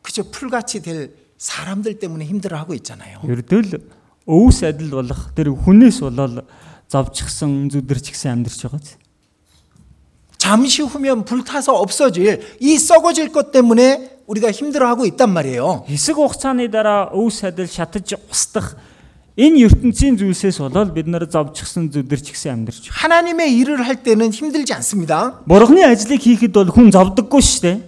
S1: 그저 풀같이 될 사람들 때문에 힘들어 하고 있잖아요.
S2: Ердөө л өвс адил болох тэр хүнээс болоод завчихсан, зүдэрчихсэн амьдрч байгаа ч.
S1: 잠시 후면 불타서 없어질 이 썩어질 것 때문에 우리가 힘들어 하고 있단 말이에요.
S2: Хэсэг хугацааны дараа өвс адил шатаж устдах Энэ ертөнцийн зүйлсээс болоод бид нар зовчихсан зүдэрч гисэн амьдарч.
S1: 하나님의 일을 할 때는 힘들지 않습니다.
S2: Бурхны ажлыг хийхэд бол хүн зовдөггүй шүү дээ.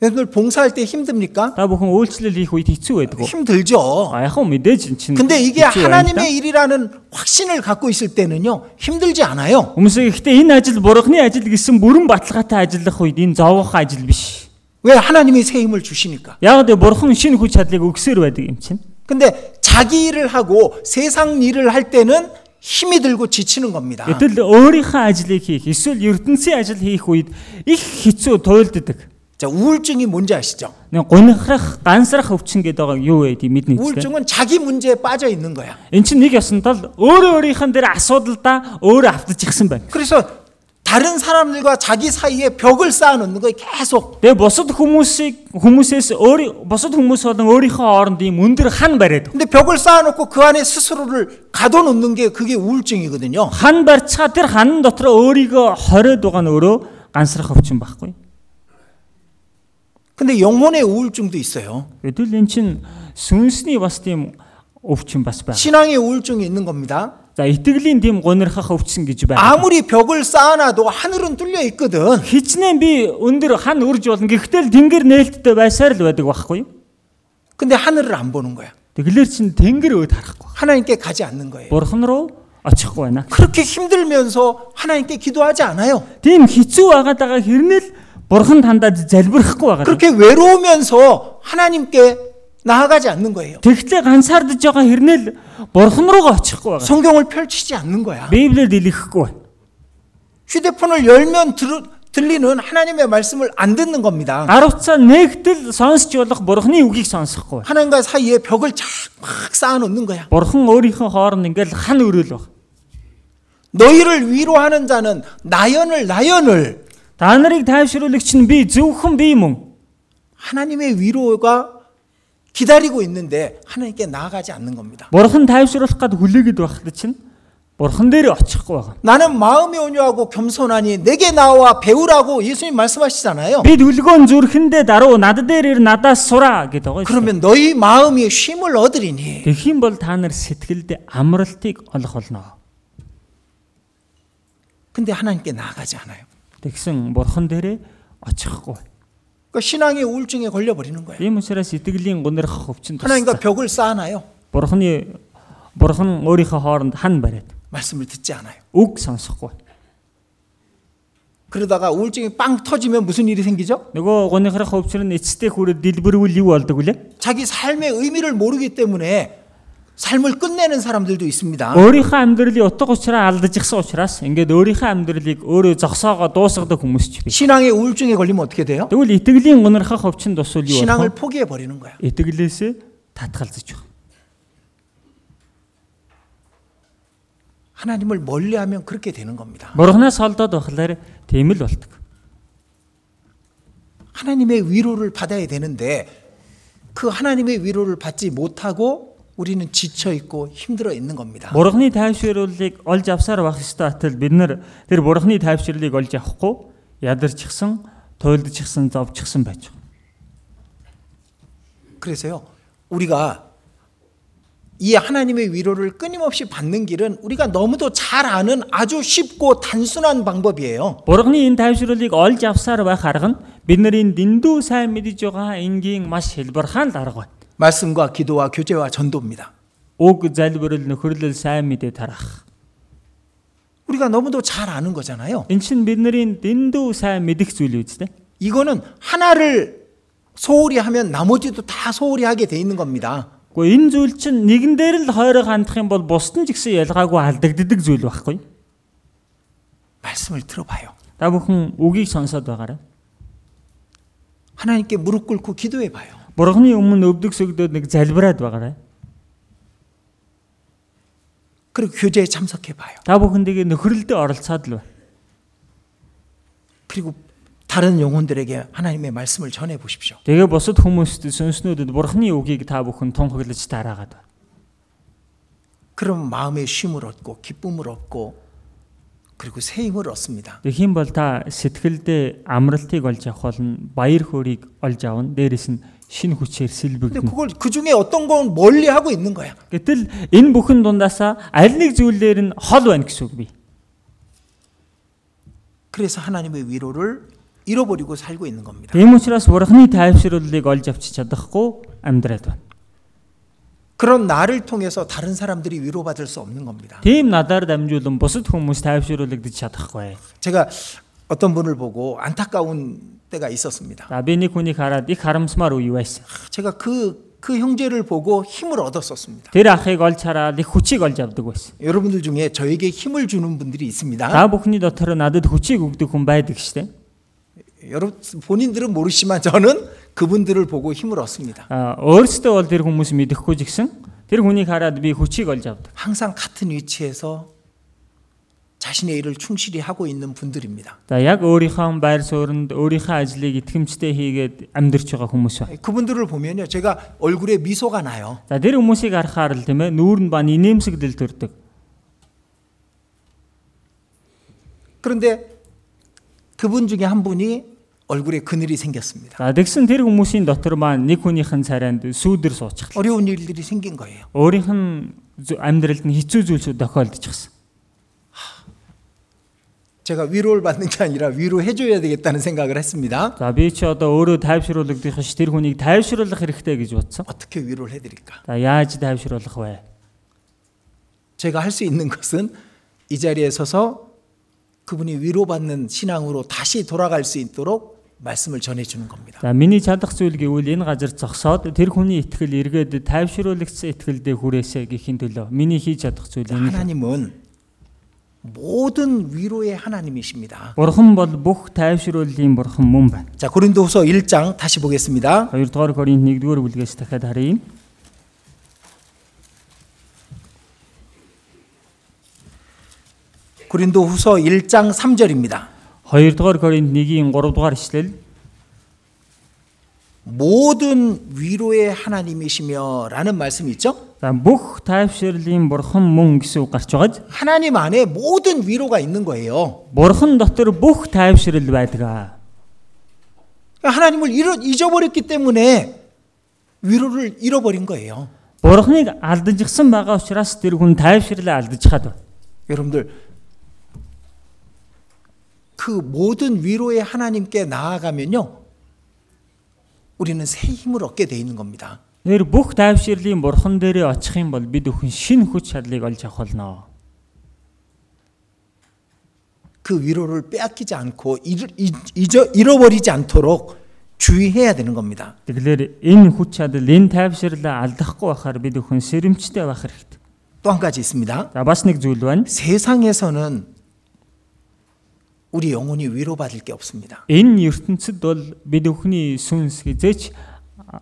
S1: 여러분들 봉사할 때 힘듭니까?
S2: Та бүхэн үйлчлэл хийх үед хэцүү байдаг уу?
S1: 힘들죠.
S2: А яг хөө мэдээж эн чинь.
S1: 근데 이게
S2: хэцүү байна л да.
S1: 하나님의 일이라는 확신을 갖고 있을 때는요, 힘들지 않아요.
S2: Хүмүүс ихтэй энэ ажил бурхны ажил гэсэн бүрэн баталгаатай ажиллах үед энэ зовох ажил биш.
S1: 왜 하나님이 새 힘을 주시니까.
S2: Яг л бурхан шинэ хүч чадлыг өгсөөр байдаг юм чинь.
S1: 근데 자기 일을 하고 세상 일을 할 때는 힘이 들고 지치는 겁니다.
S2: Гэтэл өөрийнхөө ажлыг хийх, эсвэл ертөнцийн ажил хийх үед их хэцүү туйлддаг.
S1: 자, 우울증이 뭔지 아시죠?
S2: Нэг гунхрах, ганцрах өвчин гэдэг байгаа юу вэ? Тийм мэднэ үстэй.
S1: 우울증은 자기 문제에 빠져 있는 거야.
S2: Энд чинь нэг ёсонтол өөрөө өөрийнх нь дээр асуудалдаа өөрөө автчихсан байна.
S1: 그래서 다른 사람들과 자기 사이에 벽을 쌓아놓는 거예요. 계속
S2: Тэгээ бусад хүмүүсийг хүмүүсээс өөр бусад хүмүүс болон өөрийнхөө хооронд ийм өндөр хан бариад.
S1: 근데 벽을 쌓아놓고 그 안에 스스로를 가둬놓는 게 그게 우울증이거든요.
S2: Хан барьцгаа тэр хан дотор өөрийгөө хориод байгаа нь өөрөө ганцрах өвчин байхгүй.
S1: 근데 영혼의 우울증도 있어요.
S2: Гэтэл эн чинь сүнсний бас тийм өвчин бас байна.
S1: 신앙의 우울증이 있는 겁니다.
S2: За итгэлийн тийм гунирхах өвчин гэж байна.
S1: 아무리 벽을 쌓아놔도 하늘은 뚫려 있거든.
S2: Хичнээн би өндөр хан үрж болно. Гэхдээ л тэнгэр нээлттэй байсаар л байдаг байхгүй. юу?
S1: 근데 하늘을 안 보는 거야.
S2: Тэглэр чинь тэнгэр өөд харахгүй.
S1: 하나님께 가지 않는 거예요.
S2: Бурхан руу очихгүй байна.
S1: 그렇게 힘들면서 하나님께 기도하지 않아요.
S2: Тийм хэцүү байгаад байгаа хэрнээл бурхан тандаад залбирахгүй байгаа.
S1: 그렇게 외로우면서 하나님께 나아가지 않는 거예요.
S2: Тэгтлээ ганцаардж байгаа хэрнээл бурхан руугаа очихгүй байгаа.
S1: 성경을 펼치지 않는 거야.
S2: Библиэд илэхгүй байна.
S1: 휴대폰을 열면 들, 들리는 하나님의 말씀을 안 듣는 겁니다.
S2: Гар утсаа нэгтэл сонсч болох бурханы үгийг сонсохгүй байна.
S1: 하나님과 사이에 벽을 쫙막 쌓아놓는 거야.
S2: Бурхан өөрийнхөө хооронд ингээл хан өрөөл баг.
S1: 너희를 위로하는 자는 나연을 나연을
S2: Та нарыг тайвшруулагч нь би зөвхөн би мөн.
S1: 하나님의 위로가 기다리고 있는데 하나님께 나아가지 않는 겁니다.
S2: Бурхан тайвшруулах гад хүлээгээд байхад чинь бурхан дээр очихгүй байгаа.
S1: 나는 마음이 온유하고 겸손하니 내게 나와 배우라고 예수님 말씀하시잖아요.
S2: Би төлгөөн зүрхэндээ даруу над дээр ир надаас сураа гэдэг байгаа.
S1: 그러면 너희 마음이 쉼을 얻으리니
S2: Тэгэх юм бол та нар сэтгэлд амралтыг олох болно.
S1: 근데 하나님께 나아가지 않아요.
S2: Тэгсэн бурхан дээрээ очихгүй.
S1: 그러니까 신앙의 우울증에 걸려 버리는 거예요.
S2: Ийм учраас итгэлийн гунирх өвчин
S1: 하나님과
S2: тусдаг.
S1: 벽을 쌓아놔요.
S2: Бурханы бурхан өөрийнхөө хооронд хан бариад
S1: 말씀을 듣지 않아요.
S2: үг сонсохгүй.
S1: 그러다가 우울증이 빵 터지면 무슨 일이 생기죠?
S2: Нөгөө гунирх өвчин нь эцстэй хүрээд дэлбэрвэл юу болдог вүлээ?
S1: 자기 삶의 의미를 모르기 때문에 삶을 끝내는 사람들도 있습니다.
S2: Өөрийнхөө амьдралын утга учираа алдажчихсан учраас ингээд өөрийнхөө амьдралыг өөрөө зогсоогоо дуусгадаг хүмүүс ч биш.
S1: 신앙의 우울증에 걸리면 어떻게 돼요?
S2: Тэгвэл итгэлийн гонорхох өвчин тусвал юу
S1: 신앙을
S2: болох вэ?
S1: 포기해 버리는 거야.
S2: Итгэлээсээ татгалзаж байна.
S1: 하나님을 멀리하면 그렇게 되는 겁니다.
S2: Бурханаас холдоод байхлаар тийм л болтго.
S1: 하나님의 위로를 받아야 되는데 그 하나님의 위로를 받지 못하고 우리는 지쳐 있고 힘들어 있는 겁니다.
S2: Бурханы тайвшруулыг олж авсаар байх ёстой атал бид нар тэр бурханы тайвшруулыг олж авахгүй ядарчихсан, туйлдчихсан, зовчихсан байж байна.
S1: 그래서요. 우리가 이 하나님의 위로를 끊임없이 받는 길은 우리가 너무도 잘 아는 아주 쉽고 단순한 방법이에요.
S2: Бурханы энэ тайвшруулыг олж авсаар байх арга нь бид нарын дэндүү сайн мэдж байгаа энгийн маш хэлбэрхан л арга байна.
S1: 말씀과 기도와 교제와 전도입니다.
S2: Уг залбирал нөхөрлөл сайн мэдээ тарах.
S1: 우리가 너무도 잘 아는 거잖아요.
S2: Энэ чинь бид нарын дэндүү сайн мэдих зүйл үст тэ.
S1: 이거는 하나를 소홀히 하면 나머지도 다 소홀히 하게 돼 있는 겁니다.
S2: Гэхдээ энэ зүйл чинь нэгэн дээр л хойроо хандах юм бол бусд нь ч гэсэн ялгаагүй алдагддаг зүйл байхгүй.
S1: 말씀을 들어봐요.
S2: Та бүхэн үгийг сонсоод байгаарай.
S1: 하나님께 무릎 꿇고 기도해 봐요.
S2: Бурханы өмнө өвдөг сөгдөөд нэг залбираад байгаарай.
S1: 그리고 교제에 참석해 봐요.
S2: Та бүхэндээ нөхрөлдөө оролцоод л байна.
S1: 그리고 다른 영혼들에게 하나님의 말씀을 전해 보십시오.
S2: Тэгээ бусад хүмүүст сүнснүүдэд Бурханы үгийг та бүхэн тунхаглаж тараагаад байна.
S1: 그럼 마음의 쉼을 얻고 기쁨을 얻고 그리고 새 힘을 얻습니다.
S2: Тэгэх юм бол та сэтгэлдээ амралтыг олж авах болно, баяр хөөргийг олж авна, дээрэс нь шин хүчээр
S1: 근데
S2: сэлбэгдэн.
S1: 그걸 그 중에 어떤 건 멀리 하고 있는 거야.
S2: Гэтэл энэ бүхэн дундаасаа аль нэг зүйлээр нь хол байна гэсэн үг бий.
S1: 그래서 하나님의 위로를 잃어버리고 살고 있는 겁니다.
S2: Ийм учраас бурхны тайвшрууллыг олж авчиж чадахгүй амьдраад байна.
S1: 그런 나를 통해서 다른 사람들이 위로받을 수 없는 겁니다.
S2: Тийм надаар дамжуулан бусад хүмүүс тайвшруулагдаж чадахгүй.
S1: 제가 어떤 분을 보고 안타까운 때가 있었습니다.
S2: За би нэг хүнийг хараад их харамсмаар үе байсан.
S1: 제가 그, 그 형제를 보고 힘을 얻었었습니다.
S2: Тэр ахыг олж хараад их хүчийг олж авдаг байсан.
S1: 여러분들 중에 저에게 힘을 주는 분들이 있습니다.
S2: Та бүхний дотор надад хүчийг өгдөг хүн байдаг шүү дээ.
S1: 여러분 본인들은 모르지만 저는 그분들을 보고 힘을 얻습니다.
S2: А өөрөөсөө бол тэр хүмүүс мэдэхгүй ч гэсэн тэр хүнийг хараад би хүчийг олж авдаг.
S1: 항상 같은 위치에서 자신의 일을 충실히 하고 있는 분들입니다.
S2: За яг өөрийнхөө байр суурьнд өөрийнхөө ажлыг итгэмжтэй хийгээд амьдарч байгаа хүмүүс байна.
S1: 그분들을 보면요, 제가 얼굴에 미소가 나요.
S2: За тэр хүмүүсийг харахаар л тийм ээ нүүр нь ба нэмсэгдэл төрдөг.
S1: 그런데 그분 중에 한 분이 얼굴에 그늘이 생겼습니다.
S2: За тэгсэн тэр хүмүүсийн дотор маань нэг хүнийхэн царайнд сүүдэр суучихлаа.
S1: 어려운 일들이 생긴 거예요.
S2: Өөрийнх нь зу- амьдралд нь хэцүү зүйлсүүд тохиолдчихсан.
S1: 제가 위로를 받는 게 아니라 위로해줘야 되겠다는 생각을 했습니다.
S2: За би ч одоо өөрөө тайвшруулагдах ш тэр хүнийг тайвшруулах хэрэгтэй гэж бодсон.
S1: 어떻게 위로를 해드릴까?
S2: За яаж тайвшруулах вэ?
S1: 제가 할 수 있는 것은 이 자리에 서서 그분이 위로받는 신앙으로 다시 돌아갈 수 있도록 말씀을 전해주는 겁니다.
S2: За миний чадах зүйл гэвэл энэ газар зогсоод тэр хүний итгэл эргээд тайвшруулагдсан итгэлдээ хүрээсэ гэхийн төлөө миний хийж чадах зүйл энэ.
S1: 하나님은 모든 위로의 하나님이십니다.
S2: Бурхан бол бүх тайвшруулалтын бурхан мөн байна.
S1: 자, 고린도후서 1장 다시 보겠습니다.
S2: 2 дугаар Коринт 1 дугаар бүлгээс дахиад харъя.
S1: 고린도후서 1장 3절입니다.
S2: 2 дугаар Коринт 1-ийн 3 дугаар ишлэл
S1: 모든 위로의 하나님이시며라는 말씀이 있죠?
S2: За бүх тайвширлын бурхан мөн гэсэн үг гарч байгааж
S1: 하나님 안에 모든 위로가 있는 거예요.
S2: бурхан дотор бүх тайвширл байдаг аа.
S1: 하나님을 잃어, 잊어버렸기 때문에 위로를 잃어버린 거예요.
S2: Бурханыг алдажсан байгаа учраас тэр хүн тайвширлаа алдаж хаад байна.
S1: 여러분들 그 모든 위로의 하나님께 나아가면요. 우리는 새 힘을 얻게 돼 있는 겁니다.
S2: Тэр бүх тайвширлын бурхан дээрээ очих юм бол бид өхөн шинэ хүч чадлыг олж авах болно.
S1: 그 위로를 빼앗기지 않고 잃- 잊- 잊어, 잃어버리지 않도록 주의해야 되는 겁니다.
S2: Тэгэлэр энэ хүч чадал энэ тайвширлаа алдахгүй байхаар бид өхөн сэрэмжтэй байх хэрэгтэй.
S1: 또 한 가지 있습니다.
S2: За бас нэг зүйл байна.
S1: 세상에서는 우리 영혼이 위로받을 게 없습니다.
S2: Энэ ертөнцид бол бид өхний сүнс хизээч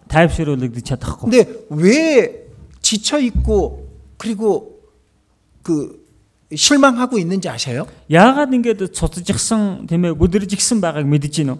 S2: тайвширлагдаж чадахгүй.
S1: 근데 왜 지쳐 있고 그리고 그 실망하고 있는지 아세요?
S2: Яагаад ингэж цуцжихсан тийм ээ бүдэржихсэн байгааг мэдэж гинөө?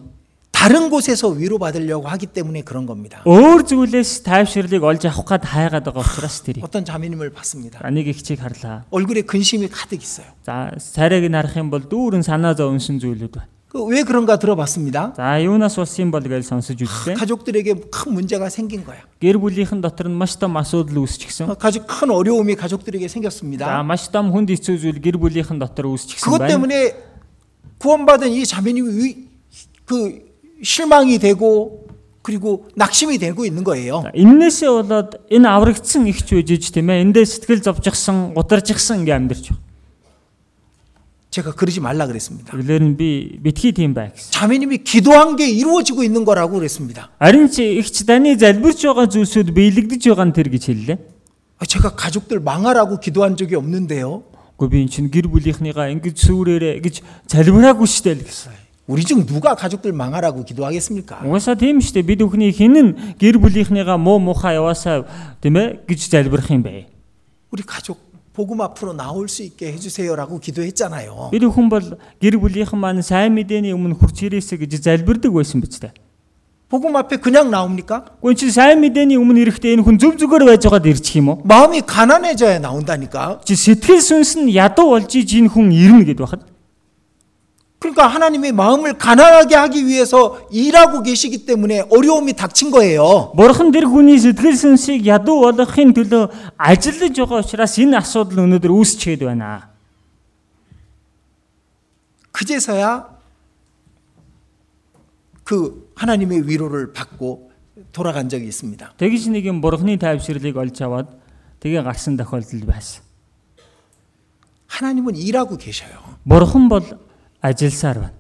S1: 다른 곳에서 위로받으려고 하기 때문에 그런 겁니다.
S2: Өөр зүйлээс тайвширлыг олж авах гад хайгаад байгаа учраас тэр. юм.
S1: 어떤 자매님을 봤습니다.
S2: За нэг их чиг харлаа.
S1: 얼굴에 근심이 가득 있어요.
S2: За царайг нь харах юм бол дүүрэн санаа зовнсон зүйлүүд байна.
S1: 그왜 그런가 들어봤습니다.
S2: За юунаас улс юм бол гэж сонсож үзлээ.
S1: 가족들에게 큰 문제가 생긴 거야.
S2: Гэр бүлийнхэн дотор нь маш том асуудал
S1: 어,
S2: үүсчихсэн.
S1: 가족 큰 어려움이 가족들에게
S2: За
S1: 생겼습니다.
S2: маш том хүнд хэцүү зүйл гэр бүлийнхэн дотор
S1: 그것
S2: үүсчихсэн байна.
S1: 때문에 구원받은 이 자매님이 위- 그 실망이 되고 그리고 낙심이 되고 있는 거예요.
S2: За, Иннээсээ болоод энэ аврагдсан ихч үжиж тийм ээ. Эндээ сэтгэл зовжчихсан, гутаржихсан ингээм амьдэрч байна.
S1: 제가 그러지 말라 그랬습니다.
S2: Тэгэлэр нь би битгий тийм бай гэсэн.
S1: 자매님이 기도한 게 이루어지고 있는 거라고 그랬습니다.
S2: Харин чи ихч даны залбирч байгаа зүйлсүүд биелэгдэж байгаа нь тэр гэж хэллээ.
S1: 아, 제가 가족들 망하라고 기도한 적이 없는데요.
S2: Гэхдээ би эн чинь гэр бүлийнхнийгаа ингэж сүрээрэ гэж залбираагүй штэ л гэсэн.
S1: 우리 중 누가 가족들 망하라고 기도하겠습니까?
S2: Угаасаа тийм штэ бид бүхний хинэн гэр бүлийнхнийгаа муу муухай яваасаа тийм ээ гэж залбирах юм бэ.
S1: 우리 가족 복음 앞으로 나올 수 있게 해주세요라고 기도했잖아요.
S2: Бид бүхэн бол гэр бүлийнхэн маань сайн мэдээний өмнө хурц ирээсэ гэж залбирдаг байсан биз дээ.
S1: 복음 앞에 그냥 나옵니까?
S2: Гүн чи сайн мэдээний өмнө ирэхдээ энэ хүн зүв зүгээр байж байгаад ирчих юм уу?
S1: 마음이 가난해져야 나온다니까.
S2: Чи сэтгэл сүнс нь ядуу болж иж энэ хүн ирнэ гэд байхад
S1: 그 그러니까 하나님의 마음을 가난하게 하기 위해서 일하고 계시기 때문에 어려움이 닥친 거예요.
S2: Бурхан тэр хүний сэтгэл сүнсийг ядуу болгохын төлөө ажиллаж байгаа учраас энэ асуудал өнөөдөр үүсчээд байна.
S1: 그제서야 그 하나님의 위로를 받고 돌아간 적이 있습니다.
S2: Тэгж нэгэн бурхны тайвширлыг олж аваад тэгээ гарсан тохиолдол байсан.
S1: 하나님은 일하고 계셔요.
S2: Бурхан бол ажилласаар байна.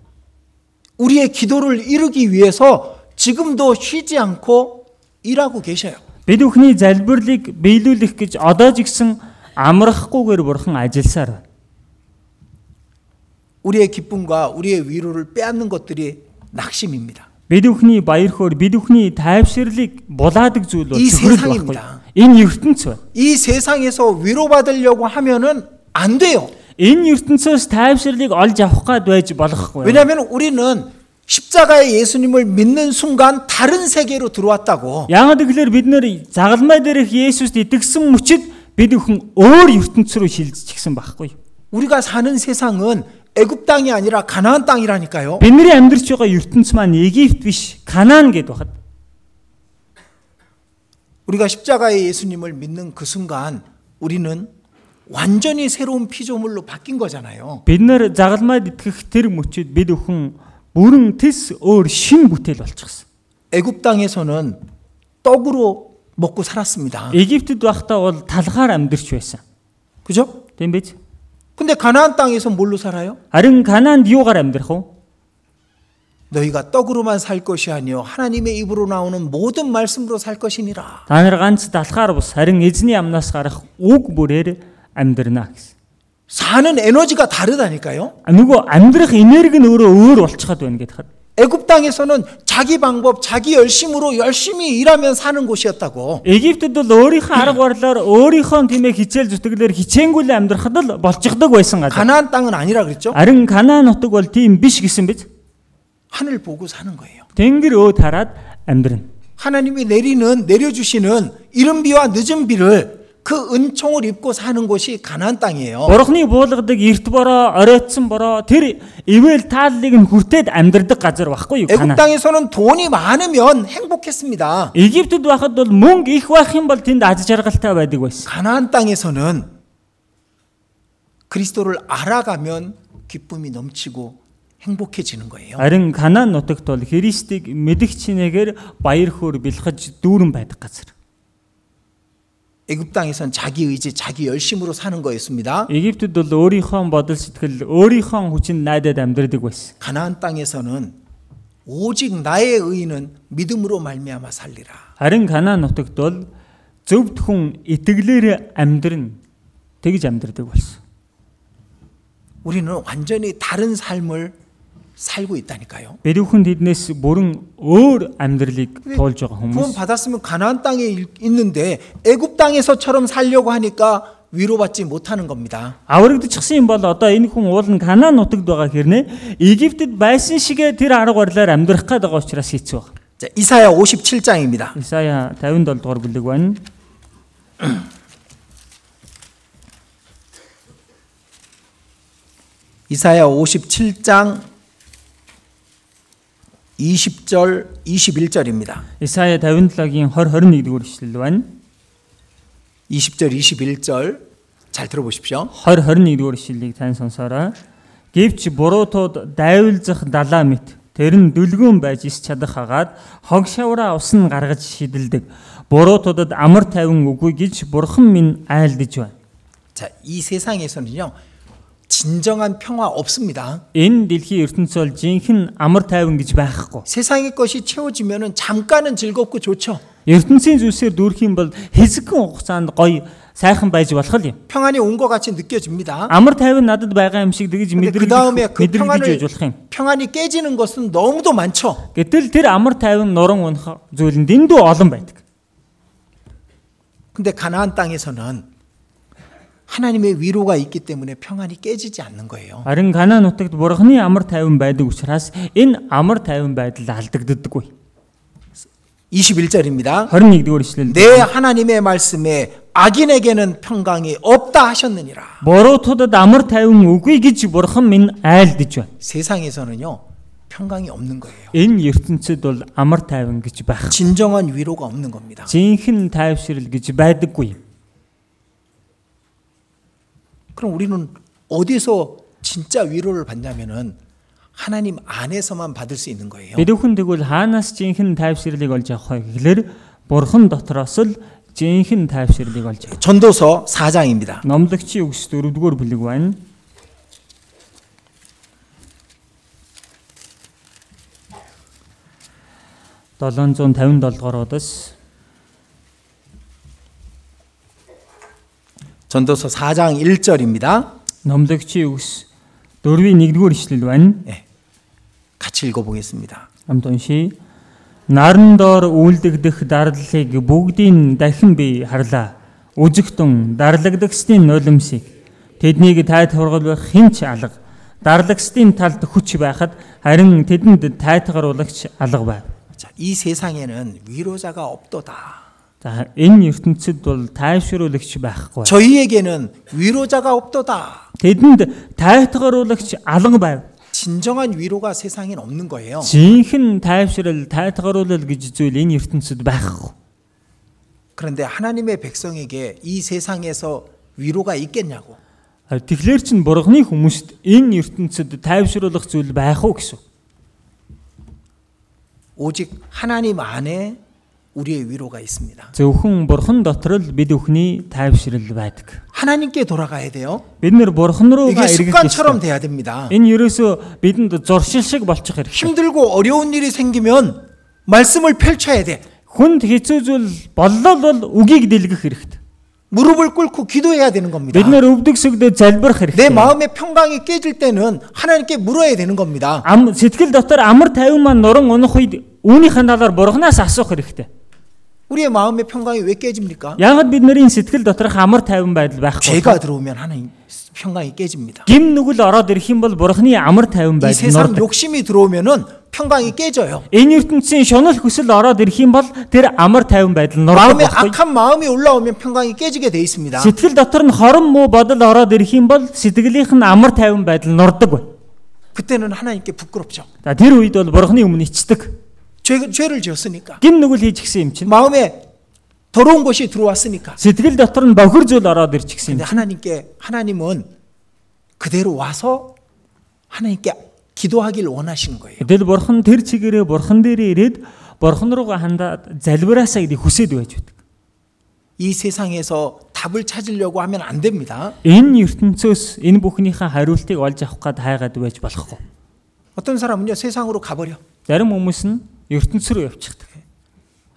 S1: 우리의 기도를 이루기 위해서 지금도 쉬지 않고 일하고 계셔요.
S2: Бид бүхний залбирлыг биелүүлэх гэж одоо ч гэсэн амрахгүйгээр бурхан ажилласаар байна.
S1: 우리의 기쁨과 우리의 위로를 빼앗는 것들이 낙심입니다.
S2: Бид бүхний баяр хөөр, бид бүхний тайвширлыг булаадаг зүйл бол
S1: Ий
S2: зөвхөн
S1: 세상입니다.
S2: байхгүй. Энэ ертөнц байна.
S1: 이 세상에서 위로받으려고 하면은 안 돼요.
S2: Энэ ертөнцөөс тайвширлыг олж авах гад байж болохгүй.
S1: 왜냐하면 우리는 십자가의 예수님을 믿는 순간 다른 세계로 들어왔다고.
S2: Яагаад гэвэл бид нэр загалмай дээрх Есүст итгэсэн мөчид бид бүхэн өөр ертөнц рүү шилжчихсэн байхгүй.
S1: 우리가 사는 세상은 애굽 땅이 아니라 가나안 땅이라니까요.
S2: Бидний амьдарч байгаа ертөнц маань Египт биш, Канаан гэд бахад.
S1: 우리가 십자가의 예수님을 믿는 그 순간 우리는 완전히 새로운 피조물로 바뀐 거잖아요.
S2: Бид нэр загалмайд итгэх тэр мөчид бид бүхэн бүрэн тис өөр шин бүтээл болчихсон.
S1: 애굽 땅에서는 떡으로 먹고 살았습니다.
S2: Египтэд байхдаа бол талгаар амьдарч байсан.
S1: 그죠?
S2: Тийм биз?
S1: 근데 가나안 땅에서 뭘로 살아요?
S2: Харин Канаанд юугаар амьдрах вэ?
S1: 너희가 떡으로만 살 것이 아니요 하나님의 입으로 나오는 모든 말씀으로 살 것이니라.
S2: Та нар ганц талхаар бус харин эзний амнаас гарах үг бүрээр амьдрна гэсэн.
S1: 사는 에너지가 다르다니까요.
S2: А нөгөө амьдрах энерги нь өөрөө өөр болчиход байна гэдэг хад.
S1: 애굽 땅에서는 자기 방법, 자기 열심으로 열심히 일하면 사는 곳이었다고.
S2: Египтэд бол өөрийнхөө арга барилаар өөрийнхөө тиймээ хичээл зүтгэлээр хичээнгүйлээ амьдрахад л болчихдог байсан газар.
S1: 가나안 땅은 아니라 그랬죠?
S2: Харин Канаан нутаг бол тийм биш гэсэн биз?
S1: 하늘 보고 사는 거예요.
S2: Тэнгэр өөд хараад амьдрна.
S1: 하나님이 내리는 내려주시는 이른 비와 늦은 비를 그 은총을 입고 사는 곳이 가나안 땅이에요.
S2: Бурхны буулгадаг эрт бороо, оройтсан бороо тэр ивэл тааллыг нь хүртээд амьдрдаг газар байхгүй юу
S1: 애굽
S2: Канаан?
S1: 땅에서는 돈이 많으면 행복했습니다.
S2: Египтэд байхад бол мөнгө их байх юм бол тэнд аз жаргалтай байдаг байсан.
S1: 가나안 땅에서는 그리스도를 알아가면 기쁨이 넘치고 행복해지는 거예요.
S2: Харин Канаан нутагт бол Христийг мэдэх чинээгээр баяр хөөр бэлхэж дүүрэн байдаг газар.
S1: 애굽 땅에선 자기 의지, 자기 열심으로 사는 거였습니다.
S2: Египтэд бол өөрийнхөө бодол сэтгэл, өөрийнхөө хүчинд найдаад амьдрдаг байсан.
S1: 가나안 땅에서는 오직 나의 의는 믿음으로 말미암아 살리라.
S2: Харин Канаан нутагт бол зөвд хүн итгэлээр амьдрна тэгж амьдрдаг болсон.
S1: 우리는 완전히 다른 삶을 살고 있다니까요.
S2: Бид бүхэн тэднээс бүрэн өөр амьдралыг туулж байгаа
S1: 구원
S2: хүмүүс.
S1: 받았으면 가나안 땅에 일- 있는데 애굽 땅에서처럼 살려고 하니까 위로받지 못하는 겁니다.
S2: Аврагдчихсан юм бол одоо энэ хүн уул нь Канаан нутагт байгаа хэрнээ Египтэд байсан шигэ тэр арга барилаар амьдрах гээд байгаа учраас хэцүү байна.
S1: 자, 이사야 57장입니다.
S2: Исая 57 дугаар бүлэг байна.
S1: 이사야 57장 20절 21절입니다.
S2: Исая 57-гийн 20-21 дугаар ишлэл байна.
S1: 20절 21절 잘 들어보십시오.
S2: 20-21 дугаар ишлэлийг тань сонсоорой. Гэвч буруутууд дайвилзах далаа мэт тэр нь дүлгүүн байж ис чадах хагаад хог шавраа ус нь гаргаж шидэлдэг. Буруутуудад амар тайван үгүй гэж бурхан минь айлдж байна.
S1: 자, 이 세상에서는요. 진정한 평화 없습니다.
S2: Энэ дэлхийн ертөнцийн бол жинхэнэ амар тайван гэж байхгүй.
S1: 세상의 것이 채워지면은 잠깐은 즐겁고 좋죠.
S2: ертөнцийн зүйлсээр дүүрэх юм бол хэсэгхэн хугацаанд гоё сайхан байж болох л юм.
S1: 평안이 온 것 같이 느껴집니다.
S2: Амар тайван надад байгаа юм шиг тэгж
S1: 근데 그 다음에
S2: мэдрэгдэх
S1: 그 평안을
S2: мэдрэгдэж байж болох юм.
S1: 평안이 깨지는 것은 너무도 많죠.
S2: Гэтэл тэр амар тайван нуран унах зүйл нь дэндүү олон байдаг.
S1: 근데 가나안 땅에서는 하나님의 위로가 있기 때문에 평안이 깨지지 않는 거예요.
S2: Харин Канаан нутагт бурхны амар тайван байдаг учраас энэ амар тайван байдал алдагддаггүй.
S1: 21절입니다.
S2: 21 дэх ишлэл.
S1: 내 하나님의 말씀에 악인에게는 평강이 없다 하셨느니라.
S2: Буруутуудад амар тайван үгүй гэж бурхан минь айлдж байна.
S1: 세상에서는요 평강이 없는 거예요.
S2: Энэ ертөнцид бол амар тайван гэж байх.
S1: 진정한 위로가 없는 겁니다.
S2: Жинхэнэ тайвшрал гэж байдаггүй.
S1: 그럼 우리는 어디서 진짜 위로를 받냐면은 하나님 안에서만 받을 수 있는 거예요.
S2: Бид бүхэн тэгвэл хаанаас жинхэнэ тайвшралыг олж авах вэ гэхлээр бурхан дотроос л жинхэнэ тайвшралыг олж авах.
S1: 전도서 4장입니다.
S2: Номлогчийн үгс 4-р бүлэг байна. Долоон зуун тавин долгоор удаас
S1: 전도서 4장 1절입니다.
S2: номлогчийн үгс 4-ийн 1-р ишлэл байна.
S1: 같이 읽어보겠습니다.
S2: Амт уншия. Наран доор үйлдэгдэх дарлалыг бүгдийн дахин би харлаа. Үзэгтэн дарлагдахдын нулимсыг тэднийг тайт хургалах хинч алга. Дарлагчдын талд хүч байхад харин тэдэнд тайтгаруулагч алга байв.
S1: 자, 이 세상에는 위로자가 없도다.
S2: За энэ ертөнцид бол тайвшруулагч байхгүй.
S1: 저희에게는 위로자가 없도다.
S2: Тэдэнд тайтгаруулагч алга байв.
S1: 진정한 위로가 세상엔 없는 거예요.
S2: Жинхэнэ тайвшрал тайтгаруулал гэж зүйл энэ ертөнцид байхгүй.
S1: 그런데 하나님의 백성에게 이 세상에서 위로가 있겠냐고.
S2: Харин Тэгэхлээр чин бурхны хүмүүст энэ ертөнцид тайвшруулах зүйл байх уу гэсэн.
S1: 오직 하나님 안에 우리의 위로가 있습니다.
S2: Зөвхөн бурхан дотор л бид бүхний тайвшрал байдаг.
S1: 하나님께 돌아가야 돼요.
S2: Бид нэр бурхан руу
S1: 이게
S2: эргэж
S1: 습관처럼
S2: гисдэг.
S1: 돼야 됩니다.
S2: Энэ ерөөсөө бидэнд зуршил шиг болчих хэрэгтэй.
S1: 힘들고 어려운 일이 생기면 말씀을 펼쳐야 돼.
S2: Хүнд хэцүү зүйл боллоо бол үгийг дэлгэх хэрэгтэй.
S1: 무릎을 꿇고 기도해야 되는 겁니다.
S2: Бид нэр өвдөг сүгдээ залбирах
S1: 내
S2: хэрэгтэй.
S1: 마음의 평강이 깨질 때는 하나님께 물어야 되는 겁니다.
S2: Ам сэтгэл дотор амар тайван маань нуран унах үед үүнийхэн талаар бурханаас асуух хэрэгтэй.
S1: 우리의 마음의 평강이 왜 깨집니까?
S2: Яагаад бид нарын сэтгэл доторх амар тайван байдал байхгүй?
S1: 죄가 들어오면 하나님 평강이 깨집니다.
S2: Гим нүгэл ороод ирэх юм бол бурхны амар тайван
S1: 이
S2: байдал
S1: 세상
S2: нордог.
S1: 욕심이 들어오면은 평강이 깨져요.
S2: Энэ ертөнцийн шунал хүсэл ороод ирэх юм бол тэр амар тайван байдал
S1: 마음에
S2: нурах байхгүй.
S1: 악한 마음이 올라오면 평강이 깨지게 돼 있습니다.
S2: Сэтгэл дотор нь хорон муу бодол ороод ирэх юм бол сэтгэлийнх нь амар тайван байдал нурдаг бай.
S1: 그때는 하나님께 부끄럽죠.
S2: За тэр үед бол бурхны өмнө ичдэг.
S1: 죄, 죄를 지었으니까.
S2: Гим нүгэл хийж гисэн юм чинь.
S1: 마음에 더러운 것이 들어왔으니까.
S2: Сэтгэл дотор нь бохир зүйл ороод ирж гисэн
S1: 근데
S2: юм.
S1: 하나님께 하나님은 그대로 와서 하나님께 기도하길 원하시는 거예요.
S2: Тэгэл бурхан тэр чигээрээ бурхан дээрээ ирээд бурхан руугаа хандаад залбираасаа гэдэг хүсэж байж байдаг.
S1: 이 세상에서 답을 찾으려고 하면 안 됩니다.
S2: Энэ ертөнцөөс энэ бүхнийхээ хариултыг олж авах гад хайгаад байж болохгүй.
S1: 어떤 사람은요 세상으로 가버려.
S2: Зарим хүмүүс нь ертөнц рүү явчихдаг.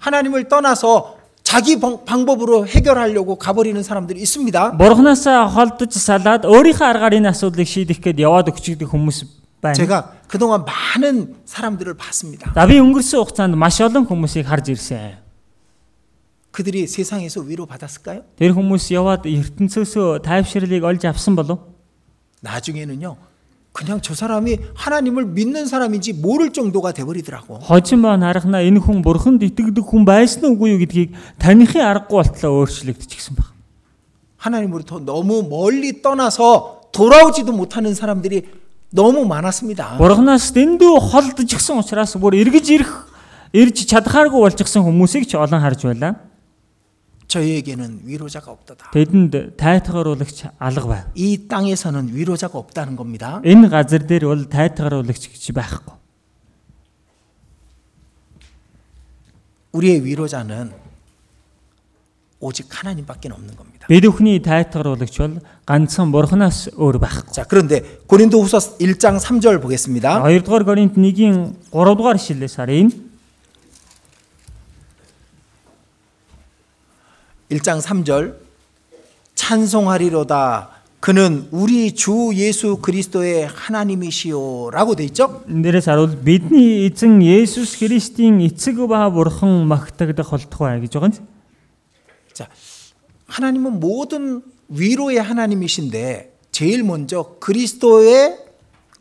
S1: 하나님을 떠나서 자기 방- 방법으로 해결하려고 가버리는 사람들이 있습니다.
S2: Бурханаас холдож салаад өөрийнхөө аргаар энэ асуудлыг шийдэх гээд яваад өчигдөх хүмүүс байна.
S1: 제가 그동안 많은 사람들을 봤습니다.
S2: За би өнгөрсөн хугацаанд маш олон хүмүүсийг харж ирсэн.
S1: 그들이 세상에서 위로 받았을까요?
S2: Тэр хүмүүс яваад ертөнцөөсөө тайвшралыг олж авсан болов?
S1: 나중에는요 그냥 저 사람이 하나님을 믿는 사람인지 모를 정도가 돼버리더라고.
S2: Хожим ба нарахна энэ хүн бурханд итгэдэг хүн байсан үгүй юу гэдгийг танихын аргагүй болтлоо өөрчлөгдчихсэн баг.
S1: 하나님으로부터 너무 멀리 떠나서 돌아오지도 못하는 사람들이 너무 많았습니다.
S2: Бурханаас дэндүү холдож гисэн учраас бүр эргэж ирэх ирж чадхааргүй болчихсон хүмүүсийг ч олон харж байлаа.
S1: 저희에게는 위로자가 없도다.
S2: Тэдэнд тайтгаруулагч алга байв.
S1: 이 땅에서는 위로자가 없다는 겁니다.
S2: Энэ газар дээр бол тайтгаруулагч гэж байхгүй.
S1: 우리의 위로자는 오직 하나님밖에 없는 겁니다.
S2: Бид бүхний тайтгаруулагч бол ганцхан бурхнаас өөр байхгүй.
S1: 자, 그런데 고린도후서 1장 3절 보겠습니다.
S2: 2 дугаар Коринт 1-ийн 3 дугаар шүлээс харъя.
S1: 1장 3절 찬송하리로다 그는 우리 주 예수 그리스도의 하나님이시오라고 돼 있죠?
S2: Энэ дээрээс харуул бидний эзэн Есүс Христийн эцэг ба бурхан магтагдах болтугай гэж байгаа юм.
S1: 자, 하나님은 모든 위로의 하나님이신데 제일 먼저 그리스도의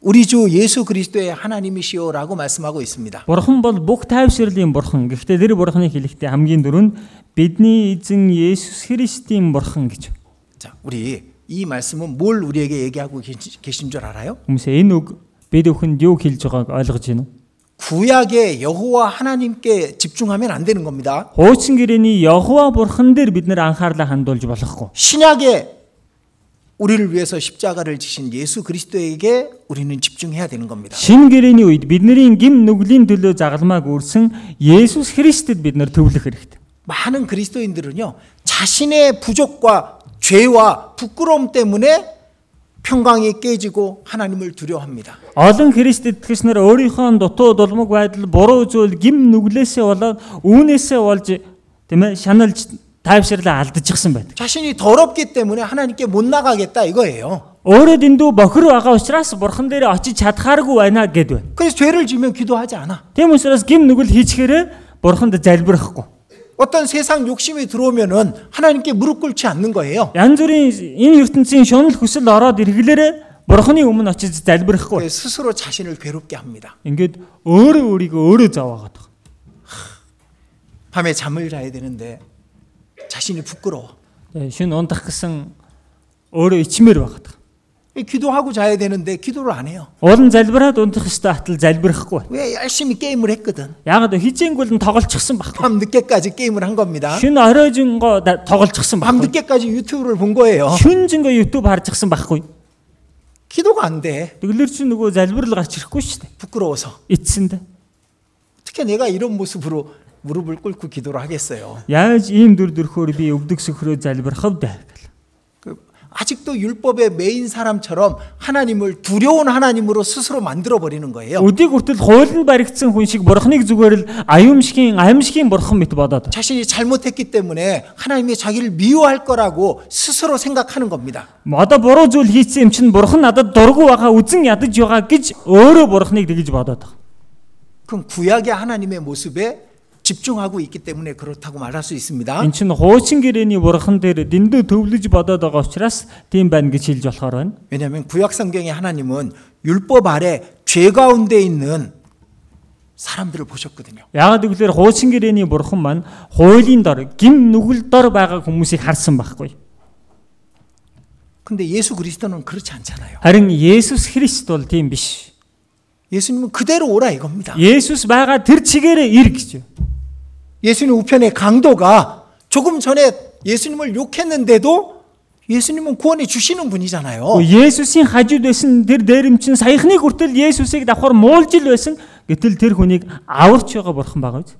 S1: 우리 주 예수 그리스도의 하나님이시오라고 말씀하고 있습니다.
S2: Бурхан бол бүх тайвшралын бурхан. Гэхдээ тэр бурханы хэлэхдээ хамгийн дөрөв нь бидний эзэн Есүс Христийн бурхан гэж.
S1: 자, 우리 이 말씀은 뭘 우리에게 얘기하고 계신, 계신 줄 알아요?
S2: Хүмүүсээ энэ үг бид бүхэнд юу хэлж байгааг ойлгож байна уу?
S1: 구약의 여호와 하나님께 집중하면 안 되는 겁니다.
S2: Хуучин гэрээний Йохова бурхан дээр бид нэр анхаарлаа хандуулж болохгүй.
S1: 신약의 우리를 위해서 십자가를 지신 예수 그리스도에게 우리는 집중해야 되는 겁니다.
S2: Шинэ гэрээний үед бидний гим нүглийн төлөө загалмааг үрсэн Есүс Христэд бид нэр төвлөх хэрэгтэй.
S1: 많은 그리스도인들은요 자신의 부족과 죄와 부끄러움 때문에 평강이 깨지고 하나님을 두려워합니다.
S2: Олон Христэд итгэснээр өөрийнхөө дутуу дулмаг байдал, буруу зүйл гим нүглээсээ болоод үүнээсээ болж тийм ээ шаналж тайвширлаа алдчихсан байдаг.
S1: 자신이 더럽기 때문에 하나님께 못 나가겠다 이거예요.
S2: Өөрөө дэндүү бохир байгаа учраас бурхан дээр очиж чадхааргүй байна гэд байна.
S1: 그래서 죄를 지면 기도하지 않아.
S2: Тийм учраас гим нүгэл хийчихээрээ бурханд залбирахгүй.
S1: 어떤 세상 욕심이 들어오면은 하나님께 무릎 꿇지 않는 거예요.
S2: Янз бүрийн энэ ертөнцийн шунал хүсэл ороод иргэлээрээ бурханы өмнө очиж залбирахгүй.
S1: 그래서 스스로 자신을 괴롭게 합니다.
S2: Ингээд өөрөө өөрийгөө өөрөө заваагаад байна.
S1: 밤에 잠을 자야 되는데 자신이 부끄러워.
S2: Э, Шин ундах гэсэн өөрөө ичмээр байгаад байна.
S1: 기도하고 자야 되는데 기도를 안 해요.
S2: Улан залбираад унтах ёстой атал залбирахгүй.
S1: 왜 열심히 게임을 했거든.
S2: Яг л хижээнгүүл нь тоглолцсон баг.
S1: 밤 늦게까지 게임을 한 겁니다.
S2: Шин оройжинго да- тоглолцсон
S1: 밤
S2: баг.
S1: 늦게까지 유튜브를 본 거예요.
S2: Шин жинго YouTube харжсан баггүй.
S1: 기도가 안 돼.
S2: Тэглэр чи нөгөө залбирал гарч ирэхгүй шүү дээ.
S1: 부끄러워서.
S2: Эцсэндээ.
S1: 어떻게 내가 이런 모습으로 무릎을 꿇고 기도를 하겠어요.
S2: Яаж ийм дүр төрхөөр би өвдөг сөхрөө залбирхав даа гэл.
S1: 그 아직도 율법의 메인 사람처럼 하나님을 두려운 하나님으로 스스로 만들어 버리는 거예요.
S2: Өдийг хүртэл хуйланд баригдсан хүн шиг бурхныг зүгээр л аюумшгийн аимшгийн бурхан мэт бодоод.
S1: 자신이 잘못했기 때문에 하나님이 자기를 미워할 거라고 스스로 생각하는 겁니다.
S2: Одоо буруу зүйл хийсэн юм чинь бурхан надад дургу байгаа үзэн ядаж байгаа гэж өөрөө бурхныг тэгж бодоод байгаа.
S1: 그럼 구약의 하나님의 모습에 집중하고 있기 때문에 그렇다고 말할 수 있습니다.
S2: Энд чинь хуучин гэрээний бурхан дээр дэндүү төвлөж бодоод байгаа учраас тийм байна гэж хэлж болохоор байна.
S1: 왜냐하면 구약 성경의 하나님은 율법 아래 죄 가운데 있는 사람들을 보셨거든요.
S2: Яагаад гэвэл хуучин гэрээний бурхан маань хуулийн дор, гим нүгэл дор байгаа хүмүүсийг харсан байхгүй.
S1: 근데 예수 그리스도는 그렇지 않잖아요.
S2: Харин Есүс Христ бол тийм биш.
S1: 예수님은 그대로 오라 이겁니다.
S2: Есүс байгаа тэр чигээрээ ир гэж. байна.
S1: 예수님 우편의 강도가 조금 전에 예수님을 욕했는데도 예수님은 구원해 주시는
S2: 뭐
S1: 분이잖아요.
S2: Есүсийн хажууд байсан тэр дээрэмчин саяхны хүртэл Есүсийг давхар муулж ил байсан гэтэл тэр хүнийг аварч байгаа бурхан байгаа биз.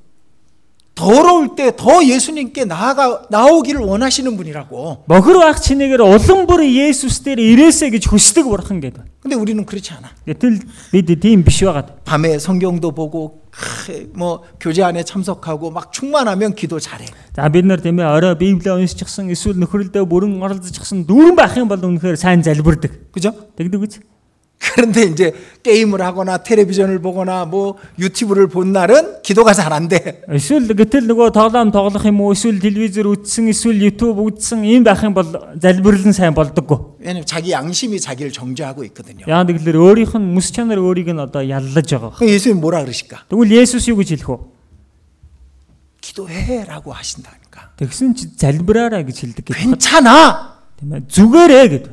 S1: 더러울 때 더 예수님께 나아가 나오기를 원하시는 분이라고.
S2: Бохор байх чинээгээр улам бүр Есүс дээр ирээсэ гэж хүсдэг бурхан гэдэг. байна.
S1: 근데 우리는 그렇지 않아.
S2: Гэтэл бид тийм биш байгаад.
S1: 밤에 성경도 보고 크, 뭐 교제 안에 참석하고 막 충만하면 기도 잘해.
S2: За бид нар тийм ээ орой библийг уншчихсан эсвэл нөхрөлдөө бүрэн оролцчихсан дүүрэн байх юм бол үнэхээр сайн залбирдаг.
S1: 그죠?
S2: Тэгдэг үз.
S1: 그런데 이제 게임을 하거나 텔레비전을 보거나 뭐 유튜브를 본 날은 기도가 잘 안 돼.
S2: Эсвэл гэтэл нөгөө тоглоом тоглох юм уу эсвэл телевизээр үзсэн эсвэл YouTube үзсэн ийм байх юм бол залбирлын сайн болдоггүй.
S1: 왜냐면 자기 양심이 자기를 정죄하고 있거든요.
S2: Яа гэвэл өөрийнх нь мэс чанар өөрийг нь одоо яллаж байгаа.
S1: 그럼 예수님 뭐라 그러실까?
S2: Тэгвэл Есүс юу гэж хэлэх вэ?
S1: 기도해라고 하신다니까.
S2: Тэгсэн чи залбираарай гэж хэлдэг гэдэг.
S1: 괜찮아.
S2: Тийм ээ зүгээрээ гэдэг.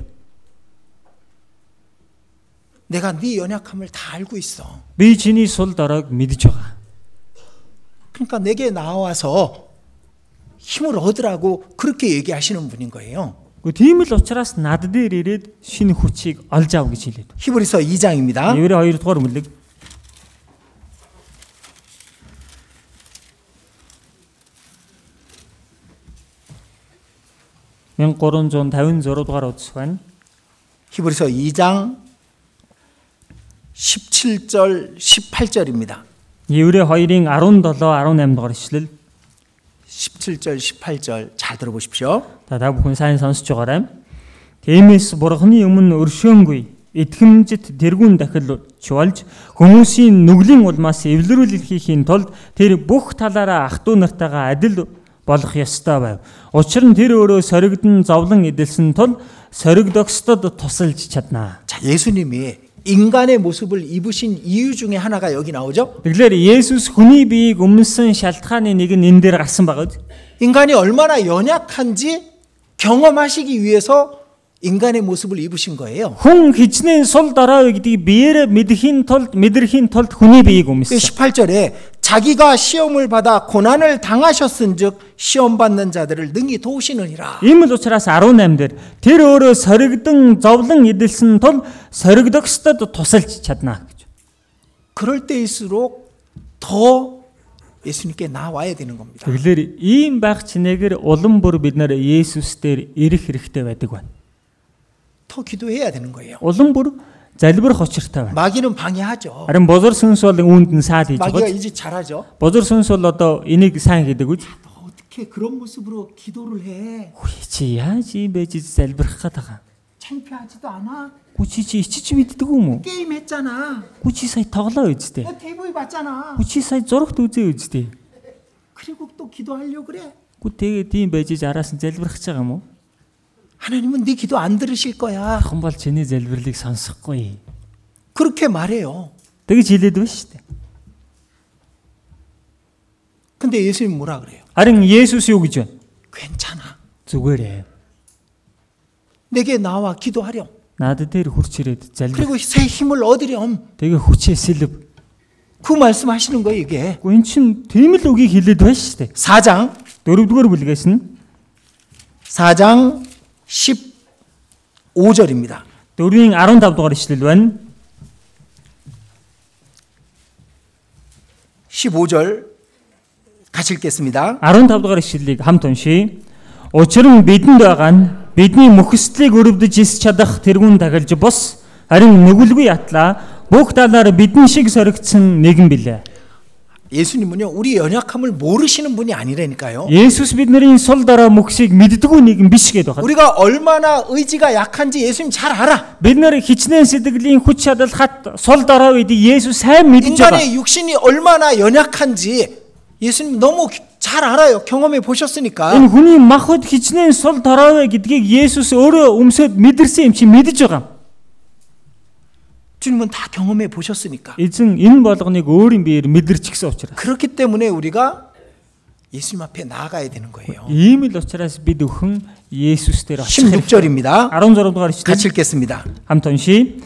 S1: 내가 네 연약함을 다 알고 있어.
S2: Би чиний сул доройг мэдж байгаа.
S1: 그러니까 내게 나와서 힘을 얻으라고 그렇게 얘기하시는 분인 거예요.
S2: Гэхдээ тийм л учраас над дээр ирээд шинэ хүчийг олж ав гэж хэлээд.
S1: 히브리서 2장입니다.
S2: Еврэ 2 дугаар бүлэг Мен 356 дугаар утас байна.
S1: 히브리서 2장 17절 18절입니다.
S2: Еврэ 2-ын 17 18 дугаар ишлэл.
S1: 17절 18절 잘 들어보십시오.
S2: За та бүхэн сайн сонсож байгаарай. Тиймээс бурхны өмнө өршөөнгүй итгэмжит тэргүүн дахил чуулж хүмүүсийн нүглийн улмаас эвлэрүүл хийхийн тулд тэр бүх талаараа ах トゥ нартайгаа адил болох ёстой байв. Учир нь тэр өөрөө соригдон зовлон эдэлсэн тул соригдогсдод тусалж чаднаа.
S1: 자, 예수님이 인간의 모습을 입으신 이유 중에 하나가 여기 나오죠.
S2: Тэгэлэр Есүс хүний биеийг өмнөсөн шалтгааны нэг нь энэ дээр гарсан байгаа биз?
S1: 인간이 얼마나 연약한지 경험하시기 위해서 인간의 모습을 입으신 거예요.
S2: Хүн хижнээн сул дараа вэ гэдгийг биеэрээ мэдхийн тулд мэдрэхийн тулд хүний биеийг өмссөн.
S1: 18절에 자기가 시험을 받아 고난을 당하셨은즉 시험 받는 자들을 능히 도우시느니라.
S2: Ийм л учраас 18 дээр тэр өөрөө соригдон зовлон эдэлсэн тул соригдогчдод тусалж чадна гэж.
S1: 그럴 때일수록 더 예수님께 나와야 되는 겁니다.
S2: Тэгэлэр ийм байх чинээгээр улам бүр бид нар Есүс дээр ирэх хэрэгтэй байдаг байна.
S1: 더 기도해야 되는 거예요.
S2: Улам бүр залбирх учиртай байна.
S1: 마귀는 방해하죠.
S2: Харин бузар сүнс бол үүнд нь саад хийж
S1: 마귀가
S2: байгаа.
S1: 이제 잘하죠.
S2: Бузар сүнс бол одоо энийг сайн хийдэг үү?
S1: 너 아, 어떻게 그런 모습으로 기도를 해?
S2: Үгүй чи яаж ийм байж залбирх гээд байгаа юм?
S1: 창피하지도 않아?
S2: Үгүй чи чи ичиж мэддэг юм уу?
S1: 게임했잖아.
S2: Үгүй чи сая тоглоо үздэй.
S1: 너 대부분 봤잖아.
S2: Үгүй чи сая зурагт үзээ үздэй.
S1: 그리고 또 기도하려 그래?
S2: Үгүй тэгээд ийм байж араас нь залбирч байгаа юм уу?
S1: 하나님은 네 기도 안 들으실 거야.
S2: Бурхан бол чиний залбирлыг сонсохгүй.
S1: 그렇게 말해요.
S2: Тэгж хэлээд байна шүү дээ.
S1: 근데 예수님 뭐라 그래요?
S2: Харин Есүс юу гэж байна?
S1: 괜찮아.
S2: Зүгээр ээ.
S1: 내게 나와 기도하렴.
S2: Наад дээр хурч ирээд залбир.
S1: 그리고 새 힘을 얻으렴.
S2: Тэгээ хүчээсэлв.
S1: 그 말씀하시는 거예요, 이게.
S2: Гүн чин тийм л үгийг хэлээд байна шүү дээ.
S1: 4장
S2: Дөрөвдүгээр бүлгээс нь
S1: 4장 15절입니다.
S2: 4-ийн 15 дугаар ишлэл байна.
S1: 15절 같이 읽겠습니다.
S2: 15 дугаар ишлэлийг хамт уншийе. Учир нь бидэнд байгаа нь бидний мөхөслийг өрөвдөж ис чадах тэрүүн тахилж бус харин нүгэлгүй атлаа бүх талаар бидэн шиг соригдсан нэгэн билээ.
S1: 예수님은요, 우리 연약함을 모르시는 분이 아니라니까요.
S2: Есүс бидний сул дараа мөхсийг мэддэггүй нэгэн биш гэдэг байна.
S1: 우리가 얼마나 의지가 약한지 예수님 잘 알아.
S2: Бид нар хичнээн сэтгэлийн хүч чадал хат сул дараа үед Есүс сайн мэдж байгаа.
S1: 인간의 육신이 얼마나 연약한지 예수님 너무 잘 알아요. 경험해 보셨으니까.
S2: Энэ хүний махуд хичнээн сул дараа вэ гэдгийг Есүс өөрөө өмсөд мэдэрсэн юм чи мэдж байгаа.
S1: 주님은 다 경험해 보셨으니까.
S2: Эзэн энэ болгоныг өөрийн биеэр мэдэрч гисэн учраас
S1: 그렇기 때문에 우리가 예수님 앞에 나아가야 되는 거예요.
S2: Ийм л учраас бид өхөн Есүс дээр очих хэрэгтэй.
S1: 16절입니다.
S2: 16 дугаар ишлэл
S1: 같이 읽겠습니다.
S2: хамт уншийе.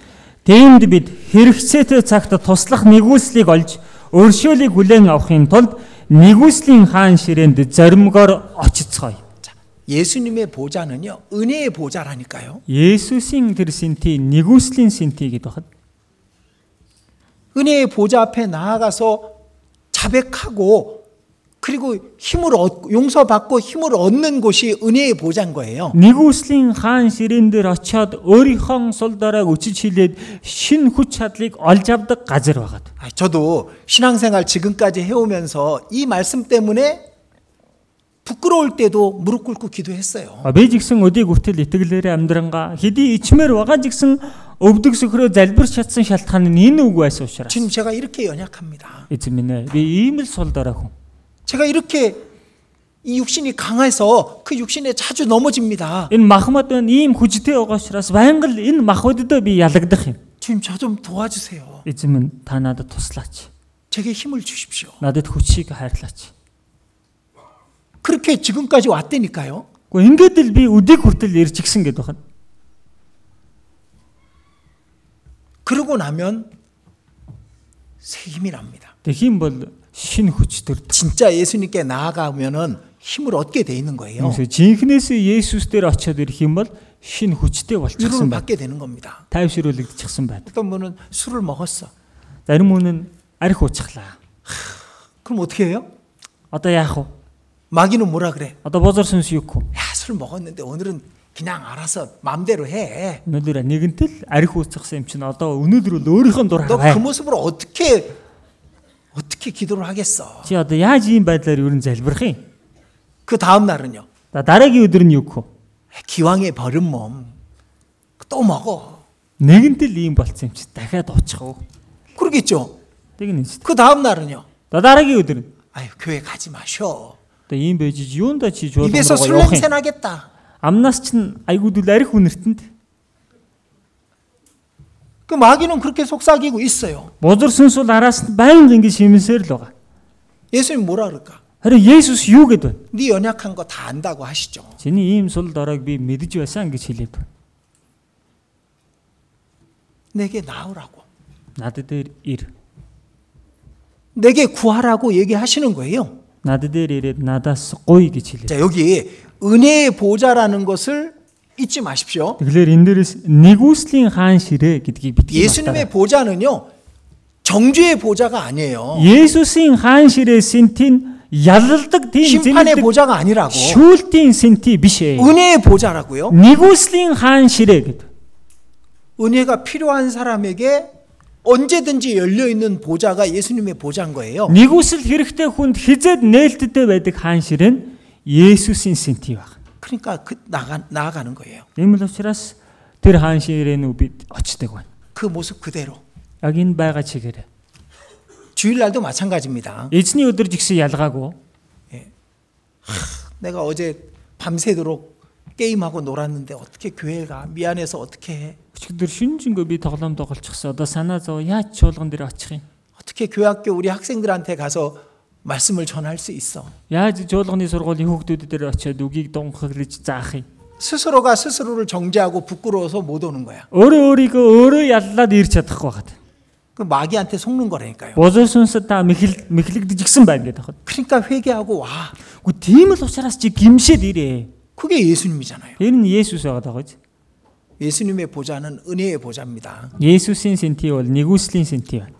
S2: Тиймд бид хэрэгцээтэй цагт туслах нэгүслийг олж өршөөлийг хүлээн авахын тулд нэгүслийн хаан ширээнд зоримгоор очицгоё.
S1: 자, 예수님의 보좌는요. 은혜의 보좌라니까요.
S2: Есүсийн тэр синти нэгүслийн синти гэдээ бахад
S1: 은혜의 보좌 앞에 나아가서 자백하고 그리고 힘을 얻, 용서받고 힘을 얻는 곳이 은혜의 보좌인 거예요.
S2: нэгүслийн хаан ширээн дээр очиод өөрийнхөө сул дарааг өчиж хилээд шин хүч чадлыг олж авдаг газар байгаад.
S1: 아, 저도 신앙생활 지금까지 해오면서 이 말씀 때문에 부끄러울 때도 무릎 꿇고 기도했어요.
S2: А бэж гисэн өдийг үртэл итгэлээрээ амьдранга хэдий ичмээр байгаа ч гэсэн өвдөг сөхрөө залбир чадсан шалтгаан нь энэ үг байсан учраас.
S1: 주님, 제가 이렇게 연약합니다.
S2: Эзэн минь ээ би ийм л сул дараа хүн.
S1: 제가 이렇게 이 육신이 강해서 그 육신에 자주 넘어집니다.
S2: Энэ махмад байна ийм хүчтэй байгаа учраас байнга л энэ махбоддоо би ялагдах юм.
S1: 주님, 저 좀 도와주세요.
S2: Эзэн минь та надад туслаач.
S1: 제게 힘을 주십시오.
S2: Надад хүчийг хайрлаач.
S1: 그렇게 지금까지 왔다니까요.
S2: Гэхдээ ингээд л би өдийг хүртэл ирж гисэн гэдэг байна.
S1: 그러고 나면 새 힘이 납니다.
S2: Тэгэх юм бол шин хүч төрд.
S1: 진짜 예수님께 나아가면은 힘을 얻게 돼 있는 거예요.
S2: Юмсэ жинхнээсээ Есүс дээр очиод ирэх юм бол шин хүчтэй
S1: 위로를
S2: болчихсон байна.
S1: 받게 되는 겁니다.
S2: Тайвшруулагдчихсан байна.
S1: 어떤 분은 술을 먹었어.
S2: Зарим хүн нь арх уучихлаа.
S1: 그럼 어떻게 해요?
S2: Одоо яах вэ?
S1: 마귀는 뭐라 그래?
S2: Одоо бозор сүнс юу гэх вэ?
S1: 야, 술 먹었는데 오늘은 그냥 알아서 맘대로 해.
S2: Өнөөдөр нэгэнтэл арх уучихсан юм чинь одоо өнөөдөр бол өөрийнхөө дур
S1: 너 그
S2: хараа.
S1: 모습으로 어떻게 어떻게 기도를 하겠어?
S2: Чи одоо яаж ийм байдлаар юу н залбирх юм?
S1: 그 다음 날은요.
S2: За дараагийн өдөр нь юу гэх вэ?
S1: 기왕에 버린 몸 또 먹어.
S2: Нэгэнтэл ийм болцсон юм чи дахиад уучих уу?
S1: 그러겠죠.
S2: Тэг нэ шүү дээ.
S1: 그 다음 날은요.
S2: За дараагийн өдөр нь
S1: 아유, 교회 가지 마셔.
S2: одоо ийм байж юунда чи жуулмаар
S1: 입에서 술
S2: явах
S1: 냄새
S2: юм?
S1: 나겠다.
S2: Амнаас чинь айгуудл арх үнэртэнд
S1: 그 마귀는 그렇게 속삭이고 있어요.
S2: бузар сүнс бол араас нь байнга ингэ шимэнсээр л байгаа.
S1: 예수님 뭐라 그럴까?
S2: Харин Есүс юу гэд байна?
S1: 네 연약한 거 다 안다고 하시죠.
S2: Чиний ийм сул дарааг би мэдж байсан гэж хэлээд байна.
S1: 내게 나오라고.
S2: Над дээр ир.
S1: 내게 구하라고 얘기하시는 거예요.
S2: Над дээр ирээд надаас гуй гэж хэлээд.
S1: 자, 여기 은혜의 보좌라는 것을 잊지 마십시오.
S2: Тэгэхээр энэ дээрээс нэгүслийн хаан ширээ гэдгийг битгий
S1: 예수님의 보좌는요. 정죄의 보좌가 아니에요.
S2: Есүсийн хаан ширээ синтийн ялалдаг тийм
S1: 심판의
S2: зэнэлдэг
S1: 보좌가 아니라고.
S2: шүүлтийн синти биш ээ.
S1: 은혜의 보좌라고요.
S2: Нэгүслийн хаан ширээ гэдэг.
S1: 은혜가 필요한 사람에게 언제든지 열려 있는 보좌가 예수님의 보좌인 거예요.
S2: Нэгүсэл хэрэгтэй хүнд хизээд нээлттэй байдаг хаан ширээ нь Есүсийн синти баг.
S1: 그러니까 그 나가 나아가는 거예요.
S2: Ийм л учраас тэр хаан ширээ нь бид очдаг байна.
S1: 그 모습 그대로.
S2: Яг энэ байгаа чигээр.
S1: 주일날도 마찬가지입니다.
S2: Эзний өдөр жигсэн ялгаагүй.
S1: 내가 어제 밤새도록 게임하고 놀았는데 어떻게 교회가 미안해서 어떻게 해?
S2: Өчигдөр шинжэнгөө би тоглоомд голчихсон. Одоо санаа зов яаж чуулган дээр очих юм?
S1: 어떻게 교회 학교 우리 학생들한테 가서 말씀을 전할 수 있어?
S2: Яаж чуулганы сургуулийн хүүхдүүд дээр очиад үгийг дунхаглаж заах юм?
S1: 스스로가 스스로를 정죄하고 부끄러워서 못 오는 거야.
S2: Өөрөө өөрийгөө өөрөө яллаад ирч чадахгүй байгаад.
S1: 그 마귀한테 속는 거라니까요.
S2: Бузар сүнсэд та мэхэл мэхлэгдэжсэн байна гэдэг хаа.
S1: 그러니까 회개하고 와.
S2: Үгүй тийм л ухраас чи гимшээд ирээ.
S1: 그게 예수님이잖아요.
S2: Тэр нь Есүс байгаад байгаа гэж.
S1: 예수님의 보좌는 은혜의 보좌입니다.
S2: Есүсийн сэнти бол нэгүслийн сэнти байна.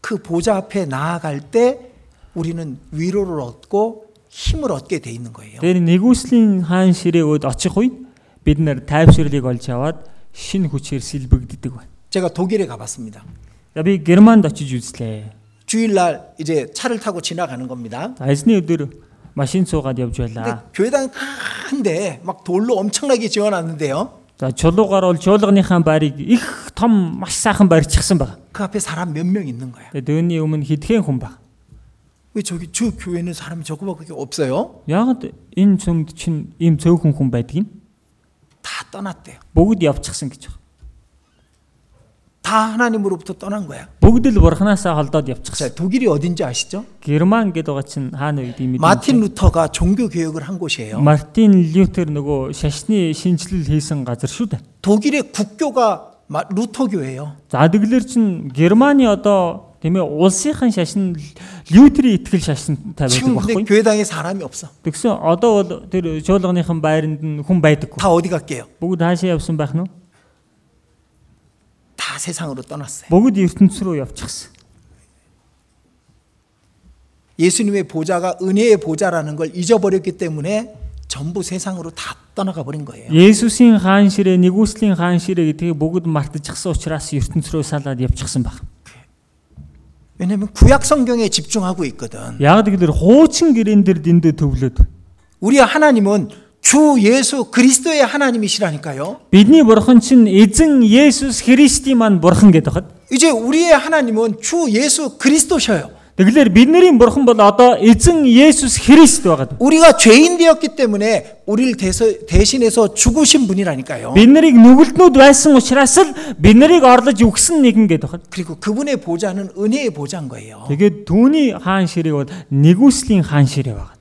S1: 그 보좌 앞에 나아갈 때 우리는 위로를 얻고 힘을 얻게 돼 있는 거예요.
S2: Тэр нэгүслийн хаан ширээөд очих үед бид нар тайвширлыг олж аваад шин хүчээр сэлбэгддэг байна.
S1: 제가 독일에 가봤습니다.
S2: За би Германд очиж үзлээ.
S1: 주일날 이제 차를 타고 지나가는 겁니다.
S2: За эзний өдөр машин суугаад явж
S1: 근데
S2: байлаа.
S1: 교회당 큰데 막 돌로 엄청나게 지어놨는데요.
S2: За чулуугаар бол чуулганыхаа барыг их том маш сайхан барьчихсан баг.
S1: 그 앞에 사람 몇 명 있는 거야.
S2: Тэгээд дөөний өмнө хидхэн хүн баг.
S1: 왜 저기 주 교회는 사람이 저거밖에 없어요?
S2: Ягд энэ цөмд чинь ийм цөөхөн хүн байдгийг
S1: 다 떠났대요.
S2: бүгд явчихсан гэж байна.
S1: 다 하나님으로부터 떠난 거야.
S2: Бүгд л бурхнаасаа холдоод явчихсан.
S1: 자, 독일이 어딘지 아시죠?
S2: Герман гэдэг байгаа чинь хаана үед юм бэ?
S1: 마틴 루터가 종교 개혁을 한
S2: 음.
S1: 곳이에요.
S2: Мартин Лютер нөгөө шашны шинжилэл хийсэн газар шүү дээ.
S1: 독일의 국교가 마- 루터 교회예요.
S2: За тэгэлэр чинь Германы одоо тийм ээ улсынхан шашин Лютерийн итгэл шашинтай
S1: 지금
S2: байдаг
S1: 근데
S2: байхгүй.
S1: 교회당에 사람이 없어.
S2: Тэгсэн одоо бол тэр чуулганыхан байранд нь хүн байдаггүй.
S1: 다 어디 갈게요?
S2: Бүгд хаашаа явсан байх нь? вэ?
S1: 다 세상으로 떠났어요.
S2: Бүгд ертөнц рүү явчихсан.
S1: 예수님의 보좌가 은혜의 보좌라는 걸 잊어버렸기 때문에 전부 세상으로 다 떠나가 버린
S2: 음.
S1: 거예요.
S2: Есүсийн хаан ширээ, нэгүслийн хаан ширээ гэдгийг бүгд мартчихсан учраас ертөнц рүү салаад явчихсан баг.
S1: 왜냐하면 구약 성경에 집중하고 있거든.
S2: Яг тэгэлэр хуучин гэрэн дээр дэндээ төвлөд.
S1: 우리 하나님은 주 예수 그리스도의 하나님이시라니까요.
S2: Бидний бурхан чинь эзэн Есүс Христийн маань бурхан гэдэг хад.
S1: 이제 우리의 하나님은 주 예수 그리스도셔요.
S2: Тэгэлэр бидний бурхан бол одоо эзэн Есүс Христ байгаад.
S1: 우리가 죄인 되었기 때문에 우리를 대서- 대신해서 죽으신 분이라니까요.
S2: Бид нарыг нүгэлтнүүд байсан учраас л бид нарыг орлож өгсөн нэгэн гэдэг хад.
S1: 그리고 그분의 보좌는 은혜의 보좌인 거예요.
S2: Тэгээд түүний хаан ширээ бол нэгүслийн хаан ширээ байгаад.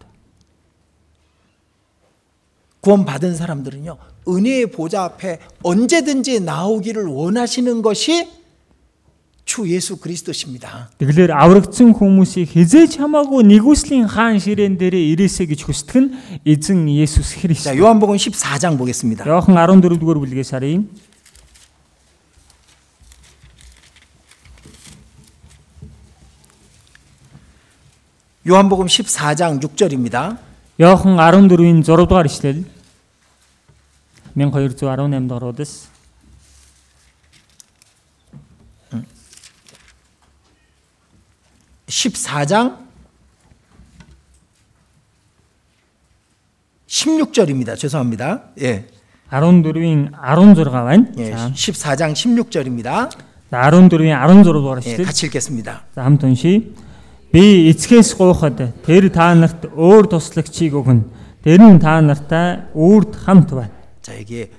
S1: 구원받은 사람들은요. 은혜의 보좌 앞에 언제든지 나오기를 원하시는 것이 주 예수 그리스도십니다.
S2: Тэгэлэр аврагдсан хүмүүсийг хизээж хамаагүй нэгүслийн хаан ширээн дээрээ ирээсэ гэж хүсдэг нь эзэн Есүс Христ.
S1: 자, 요한복음 14장 보겠습니다.
S2: Йохан 14 дугаар бүлгээс харъя.
S1: 요한복음 14장 6절입니다.
S2: Йохан 14-ийн 6 дугаар ишлэл 1218 дугаар удас
S1: 음. 14장 16절입니다. 죄송합니다. 예.
S2: 14-ийн 16 байна.
S1: 예,
S2: За
S1: 14장 16절입니다.
S2: 14-ийн 16 дугаар
S1: 예,
S2: ишлэл
S1: 같이 읽겠습니다.
S2: За хамт уншия. Би эцгээс гоохот тэр та нарт өөр туслагчийг өгнө. Тэр нь та нартай үрд хамт байна.
S1: 자, 여기에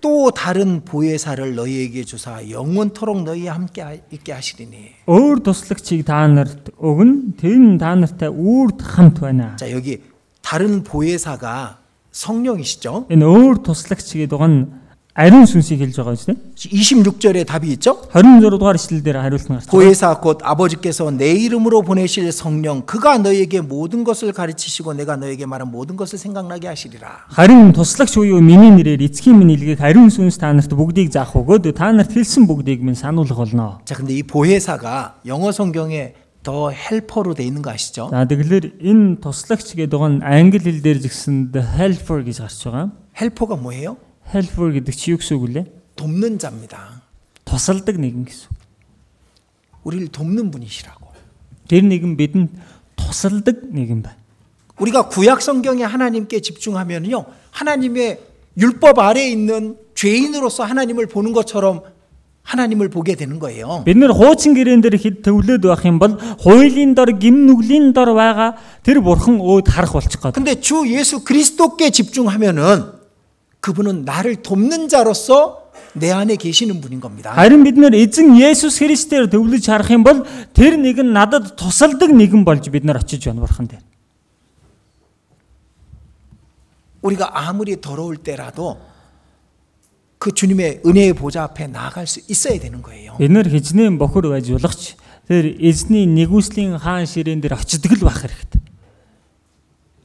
S1: 또 다른 보혜사를 너희에게 주사 영원토록 너희와 함께 하- 있게 하시리니.
S2: Өөр туслагчийг та нарт өгнө. Тэр нь та нартай үрд хамт байна.
S1: 자, 여기 다른 보혜사가 성령이시죠?
S2: Энэ өөр туслагч гэдэг нь ариун сүнсийг хэлж байгаа биз дээ.
S1: 26절에 답이 있죠?
S2: 26 дугаар ишлэл дээр хариулт нь гарч байгаа.
S1: 보혜사 곧 아버지께서 내 이름으로 보내실 성령 그가 너희에게 모든 것을 가르치시고 내가 너희에게 말한 모든 것을 생각나게 하시리라.
S2: Харин туслагч буюу миний нэрээр эцгийн минь илгээх ариун сүнс та нарт бүгдийг заах өгөөд та нарт хэлсэн бүгдийг минь сануулгах болно.
S1: 자, 근데 이 보혜사가 영어 성경에 더 헬퍼로 돼 있는 거 아시죠?
S2: За тэгэлэр энэ туслагч гэдэг нь англи хэл дээр згсэнд helper гэж гарч байгаа.
S1: 헬퍼가 뭐예요?
S2: Helper гэдэг чи юу гэсэн үг лээ?
S1: 돕는 자입니다.
S2: Тусалдаг нэгэн гэсэн. үг.
S1: 우리를 돕는 분이시라고.
S2: Тэр нэгэн бидэнд тусалдаг нэгэн байна.
S1: 우리가 구약 성경에 하나님께 집중하면요. 하나님의 율법 아래에 있는 죄인으로서 하나님을 보는 것처럼 하나님을 보게 되는 거예요.
S2: Бид нэр хуучин гэрэн дээр хэд төвлөд байх юм бол хуулийн дор гим нүглийн дор байгаа тэр бурхан өөд харах болчих гээд.
S1: 근데 주 예수 그리스도께 집중하면은 그분은 나를 돕는 자로서 내 안에 계시는 분인 겁니다.
S2: Харин бид нэр эзэн Есүс Христээр төвлөж харах юм бол тэр нэгэн надад тусалдаг нэгэн болж бид нар очиж байна бурхан дээр.
S1: 우리가 아무리 더러울 때라도 그 주님의 은혜의 보좌 앞에 나아갈 수 있어야 되는 거예요.
S2: Бид нэр хижнээн бохор байж улагч тэр эзний нэгүслийн хаан ширээн дээр очидаг л байх хэрэгтэй.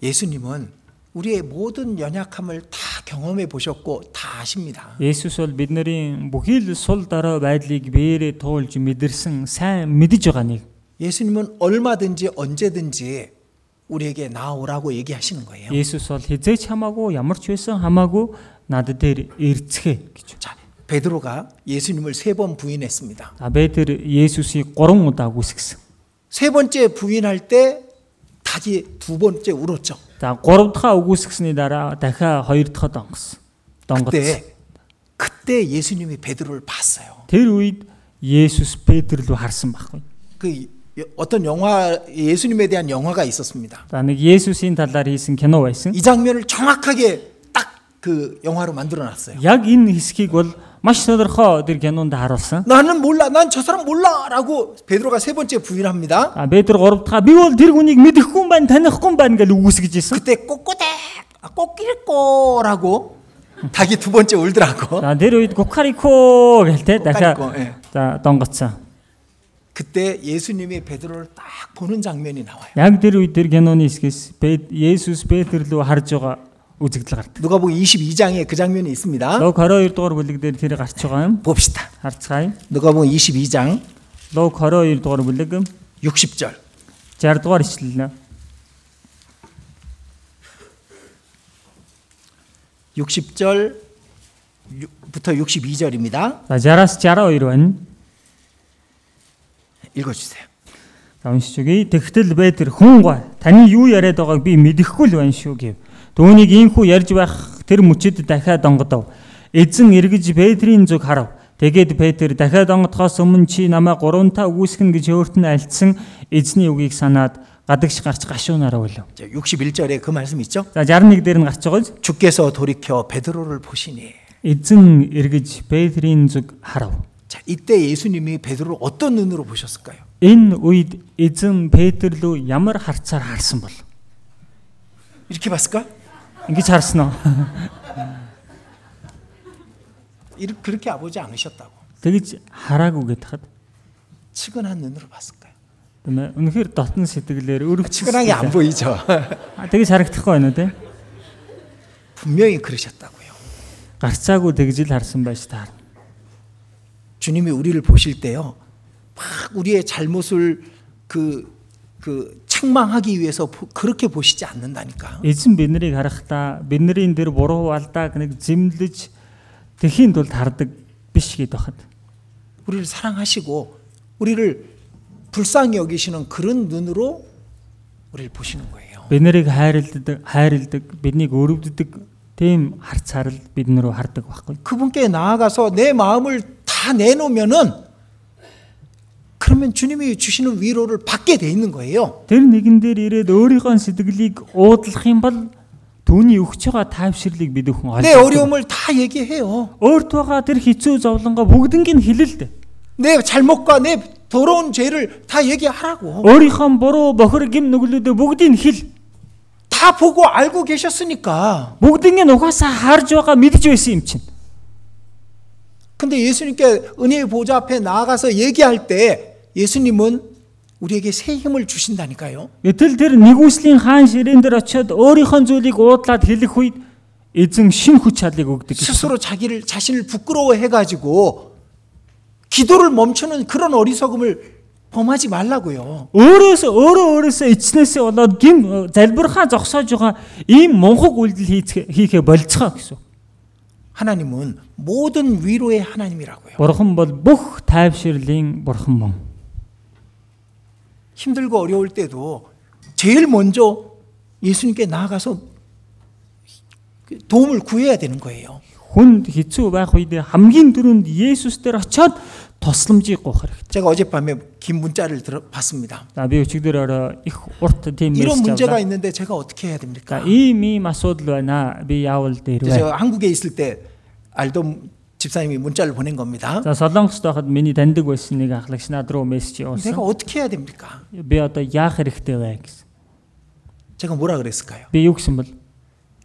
S1: 예수님은 우리의 모든 연약함을 다 경험해 보셨고 다 아십니다.
S2: Есүс бол бид нарын бүхий л сул дорой байдлыг биеэрээ туулж мэдэрсэн сайн мэдж байгаа нэг.
S1: 예수님은 얼마든지 언제든지 우리에게 나오라고 얘기하시는 거예요.
S2: Есүс бол хизээч хамаагүй ямар ч байсан хамаагүй над дээр ирцгээ гэж.
S1: 자, 베드로가 예수님을 세 번 부인했습니다.
S2: За Петр Есүсийг 3 удаа гүйсгэсэн.
S1: 세 번째 부인할 때 다시 두 번째 울었죠.
S2: За 3 дахь өгөөсгсний дараа дахиад 2 дахь донгосон. Донгоц.
S1: 그때 그때 예수님이 베드로를 봤어요.
S2: Тэр үед Есүс Петр л харсан байхгүй.
S1: 그 여- 어떤 영화 예수님에 대한 영화가 있었습니다.
S2: За нэг Есүсийн талаар хийсэн кино байсан.
S1: 이 장면을 정확하게 딱 그 영화로 만들어 놨어요.
S2: Яг энэ хэсгийг бол маш тодорхой тэр кинонд харуулсан.
S1: 나는 몰라. 난 저 사람 몰라라고 베드로가 세 번째 부인합니다.
S2: А Петр 3 дахь би бол тэр хүнийг мэдэхгүй юм байна, танихгүй юм байна гэж үгүйсгэж исэн.
S1: 그때 꼬꼬댁 아, 꼬끼꼬라고 닭이 두 번째 울더라고.
S2: За тэр үед Гукарико гээл те дахиад
S1: Гукарико, э.
S2: за донгоцсон.
S1: 그때 예수님이 베드로를 딱 보는 장면이 나와요.
S2: Яг тэр үед тэр киноны хэсгээс Пет- Есүс Петр лөө харж байгаа үзэгдэл гардаг.
S1: 누가복음 22장에 그 장면이 있습니다.
S2: Луг 22 дугаар бүлэг дээр тэр гарч байгаа юм.
S1: 봅시다.
S2: Харцгаая.
S1: 누가복음 뭐 22장
S2: Луг 22 дугаар бүлэг
S1: 60절.
S2: 60 дугаар ишлэлнэ.
S1: 60절부터 62절입니다.
S2: За 60-аас 62 байна.
S1: 읽어 주세요.
S2: За уншиж үгэй. Тэгтэл бэ тэр хүн гоо. Таны юу яриад байгааг би мэдэхгүй л байна шүү гэв. Дөөнийг ийхүү ярьж байх тэр мөчид дахиад онгодов. Эзэн эргэж Петрийн зүг харав. Тэгээд Петр дахиад онгодохоос өмнө чи намайг гуравнтаа үгүйсгэн гэж өөрт нь альцсан эзний үгийг санаад гадагш гарч гашуунараа болов.
S1: 자, 61절에 그 말씀 있죠?
S2: За 61 дээр нь гарч байгаа биз?
S1: 주께서 돌이켜 베드로를 보시니.
S2: Эзэн эргэж Петрийн зүг харав.
S1: 자, 이때 예수님이 베드로를 어떤 눈으로 보셨을까요?
S2: Энэ үед эзэн Петр лөө ямар харцаар харсан бол?
S1: 이렇게 봤을까?
S2: Ингиж харсан уу?
S1: 이렇게 그렇게 보지 않으셨다고.
S2: Тэгж хараагүй гэд хад.
S1: 측은한 눈으로 봤을까요?
S2: Тэмээ үнэхээр дотн сэтгэлээр өрөвч.
S1: 측은하게 안 보이죠.
S2: Тэгж харагдахгүй байна уу те?
S1: 분명히 그러셨다고요.
S2: Гарцаагүй тэгж л харсан байж таар.
S1: 주님이 우리를 보실 때요. 막 우리의 잘못을 그 그 책망하기 위해서 보- 그렇게 보시지 않는다니까.
S2: Эзэн биднийг харахтаа бидний энэ дэр буруу алдааг нэг зэмлэж тэхийн тулд хардаг биш гэд хад.
S1: 우리를 사랑하시고 우리를 불쌍히 여기시는 그런 눈으로 우리를 보시는 거예요.
S2: Биднийг хайрлдаг, хайрлдаг, биднийг өрөвддөг тийм харцаар л бид нарыг хардаг байхгүй.
S1: 그분께 나아가서 내 마음을 다 내놓으면은 그러면 주님이 주시는 위로를 받게 돼 있는 거예요.
S2: Тэр нэгэн дээр ирээд өөрийнхөө сэтгэлийг уудлах юм бол Түүний өгч байгаа тайвширлыг бид өхөн
S1: 내 어려움을 다 얘기해요.
S2: Өөрт байгаа тэр хэцүү зовлонгоо бүгднийг нь хэлэлд.
S1: 내 잘못과 내 더러운 죄를 다 얘기하라고.
S2: Өөрийнхөө буруу, бохир, гим нүглүүдээ бүгдийг нь хэл.
S1: 다 보고 알고 계셨으니까.
S2: Бүгднийг нь угаасаа харж байгаа мэдж байсан юм чинь.
S1: 근데 예수님께 은혜의 보좌 앞에 나아가서 얘기할 때 예수님은 우리에게 새 힘을 주신다니까요.
S2: Гэтэл тэр нэгүслийн хаан ширээн дээр очиод өөрийнхөө зүйлийг уудлаад хэлэх үед эзэн шин хүч чадлыг өгдөг. гэсэн.
S1: 스스로 자기를 자신을 부끄러워해 가지고 기도를 멈추는 그런 어리석음을 범하지 말라고요.
S2: Өөрөөс өөрөө өөрөөсөө ичснээсээ болоод гим залбирхаа зогсоож байгаа ийм мунхаг үйлдэл хийх- хийхээ болцгоо гэсэн.
S1: 하나님은 모든 위로의 하나님이라고요.
S2: Бурхан бол бүх тайвширлын бурхан мөн.
S1: 힘들고 어려울 때도 제일 먼저 예수님께 나아가서 도움을 구해야 되는 거예요.
S2: Хүнд хэцүү байх үед хамгийн түрүүнд Есүс дээр очиод тусламжийг гуйх хэрэгтэй.
S1: 제가 어젯밤에 긴 문자를 들어 봤습니다.
S2: За би өчигдөр орой их урт тийм
S1: 이런
S2: мессеж
S1: 문제가
S2: авлаа.
S1: 있는데 제가 어떻게 해야
S2: За
S1: 됩니까?
S2: ийм ийм асуудал байна. аа. Би яавал дээр вэ?
S1: 제가 한국에 있을 때 알던 집사님이 문자를 보낸 겁니다.
S2: За Солонгост байхад миний таньдаг байсан нэг ахлагч над руу мессеж
S1: 내가
S2: явуулсан.
S1: 어떻게 해야 됩니까?
S2: Би одоо яах хэрэгтэй вэ гэсэн.
S1: 제가 뭐라 그랬을까요?
S2: Би юу гэсэн бэл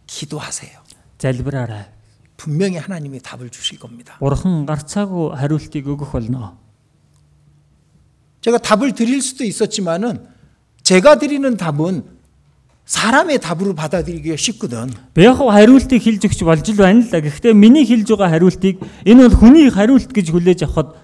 S1: 기도하세요.
S2: залбираарай.
S1: 분명히 하나님이 답을 주실 겁니다.
S2: Бурхан гарцаагүй хариултыг өгөх болно.
S1: 제가 답을 드릴 수도 있었지만은 제가 드리는 답은 사람의 답으로 받아들이기가 쉽거든.
S2: Би яг хав хариултыг хэлж өгч болж л байна л да. Гэхдээ миний хэлж байгаа хариултыг энэ бол хүний хариулт гэж хүлээж авахд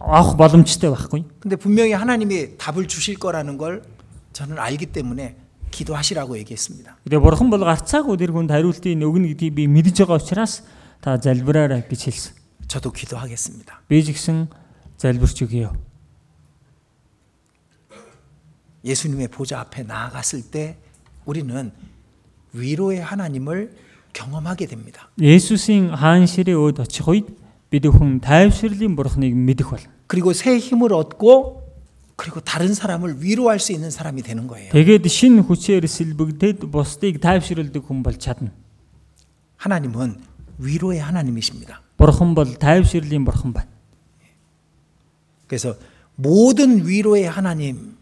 S2: авах боломжтой байхгүй.
S1: 근데 분명히 하나님이 답을 주실 거라는 걸 저는 알기 때문에 기도하시라고 얘기했습니다.
S2: Тэгээ бурхан бол гарцаагүй тэр хүнд хариултыг өгнө гэдгийг би мэдж байгаа учраас та залбираарай гэж хэлсэн.
S1: 저도 기도하겠습니다.
S2: Би ч гэсэн залбирч өгье.
S1: 예수님의 보좌 앞에 나아갔을 때 우리는 위로의 하나님을 경험하게 됩니다.
S2: Есүсийн хаан ширээ өөд очих үед бид хүн тайвширлын бурхныг мэдэх болно.
S1: 그리고 새 힘을 얻고 그리고 다른 사람을 위로할 수 있는 사람이 되는 거예요.
S2: Тэгээд шин хүчээр сэлбэгдээд бусдыг тайвширлдаг хүн бол чадна.
S1: 하나님은 위로의 하나님이십니다.
S2: Бурхан бол тайвширлын бурхан байна.
S1: 그래서 모든 위로의 하나님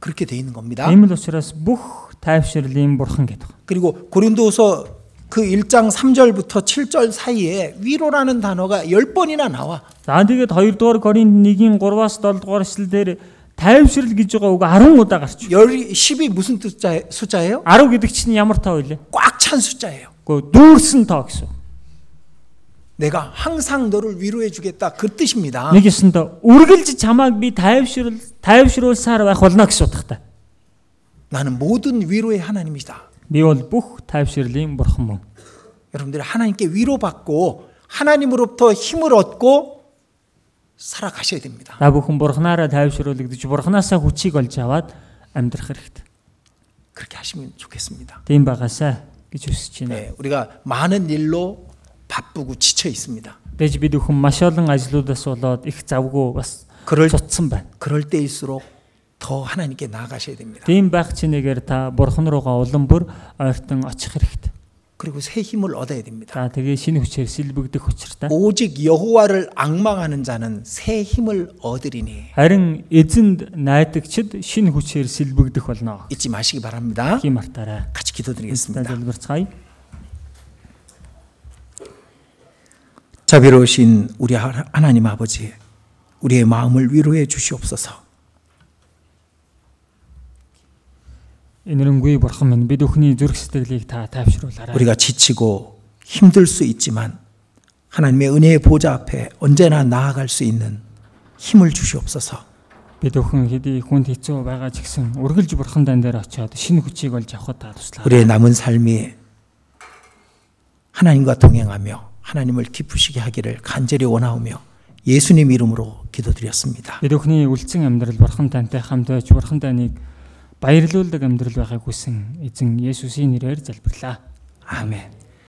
S1: 그렇게 돼 있는 겁니다.
S2: Ийм л учраас бүх тайвширлын бурхан гэдэг.
S1: 그리고 고린도후서 그 1장 3절부터 7절 사이에 위로라는 단어가 10번이나 나와.
S2: За тэгээд 2 дугаар Коринт 1-ийн 3-аас 7 дугаар эшлэл дээр тайвширл гэж байгаа үг 10 удаа гарч.
S1: 10이 무슨 숫자 숫자예요?
S2: 10 гэдэг чинь ямар таа вэ?
S1: 꽉 찬 숫자예요.
S2: Гэхдээ дүүрсэн таа гэсэн. үг.
S1: 내가 항상 너를 위로해 주겠다 그 뜻입니다.
S2: Нэг юмсанд үргэлж чамааг би тайвширл тайвшруулсаар байх болно гэсэн утгатай.
S1: 나는 모든 위로의 하나님이다.
S2: Би бол бүх тайвширлын бурхан мөн.
S1: 여러분들 하나님께 위로받고 하나님으로부터 힘을 얻고 살아가셔야 됩니다.
S2: Та бүхэн бурхнаараа тайвшруулагдаж бурхнаасаа хүчийг олж аваад амьдрах хэрэгтэй.
S1: 그렇게 하시면 좋겠습니다.
S2: Тийм байгаасаа гэж өсөж байна.
S1: 네, 우리가 많은 일로 바쁘고 지쳐 있습니다.
S2: Тэгэж бид бүхэн маш олон ажлуудаас болоод их завгүй бас
S1: 그럴
S2: цутсан байна.
S1: 그럴 때일수록 더 하나님께 나아가셔야 됩니다.
S2: Тийм байх чинээгээр та бурхан руугаа улам бүр ойртон очих хэрэгтэй.
S1: 그리고 새 힘을 얻어야 됩니다.
S2: За тэгээ шинэ хүчээр сэлбэгдэх учиртай.
S1: 오직 여호와를 악망하는 자는 새 힘을 얻으리니
S2: Харин эзэнд найдагчд шинэ хүчээр сэлбэгдэх болно.
S1: 잊지 마시기 바랍니다.
S2: Тийм мартаарай.
S1: 같이
S2: Та
S1: 기도드리겠습니다.
S2: залбирцгаая.
S1: 자비로우신 우리 하- 하나님 아버지, 우리의 마음을 위로해 주시옵소서.
S2: Энэрэнгүй бурхан минь бид бүхний зүрх сэтгэлийг та тайвшруулаарай.
S1: 우리가 지치고 힘들 수 있지만 하나님의 은혜의 보좌 앞에 언제나 나아갈 수 있는 힘을 주시옵소서.
S2: Бид өхөн хэдий хүнд хэцүү байгаа ч гэсэн үргэлж бурхан дан дээр очиод шинэ хүчийг олж авахд та туслаа.
S1: 우리의 남은 삶이 하나님과 동행하며 하나님을 기쁘시게 하기를 간절히 원하오며 예수님 이름으로 기도드렸습니다.
S2: Бид өхний үлцэн амьдрал бурхан тантай хамт байж бурхан таныг баярлуулдаг амьдрал байхыг хүсэн эзэн Есүсийн нэрээр залбирлаа.
S1: 아멘.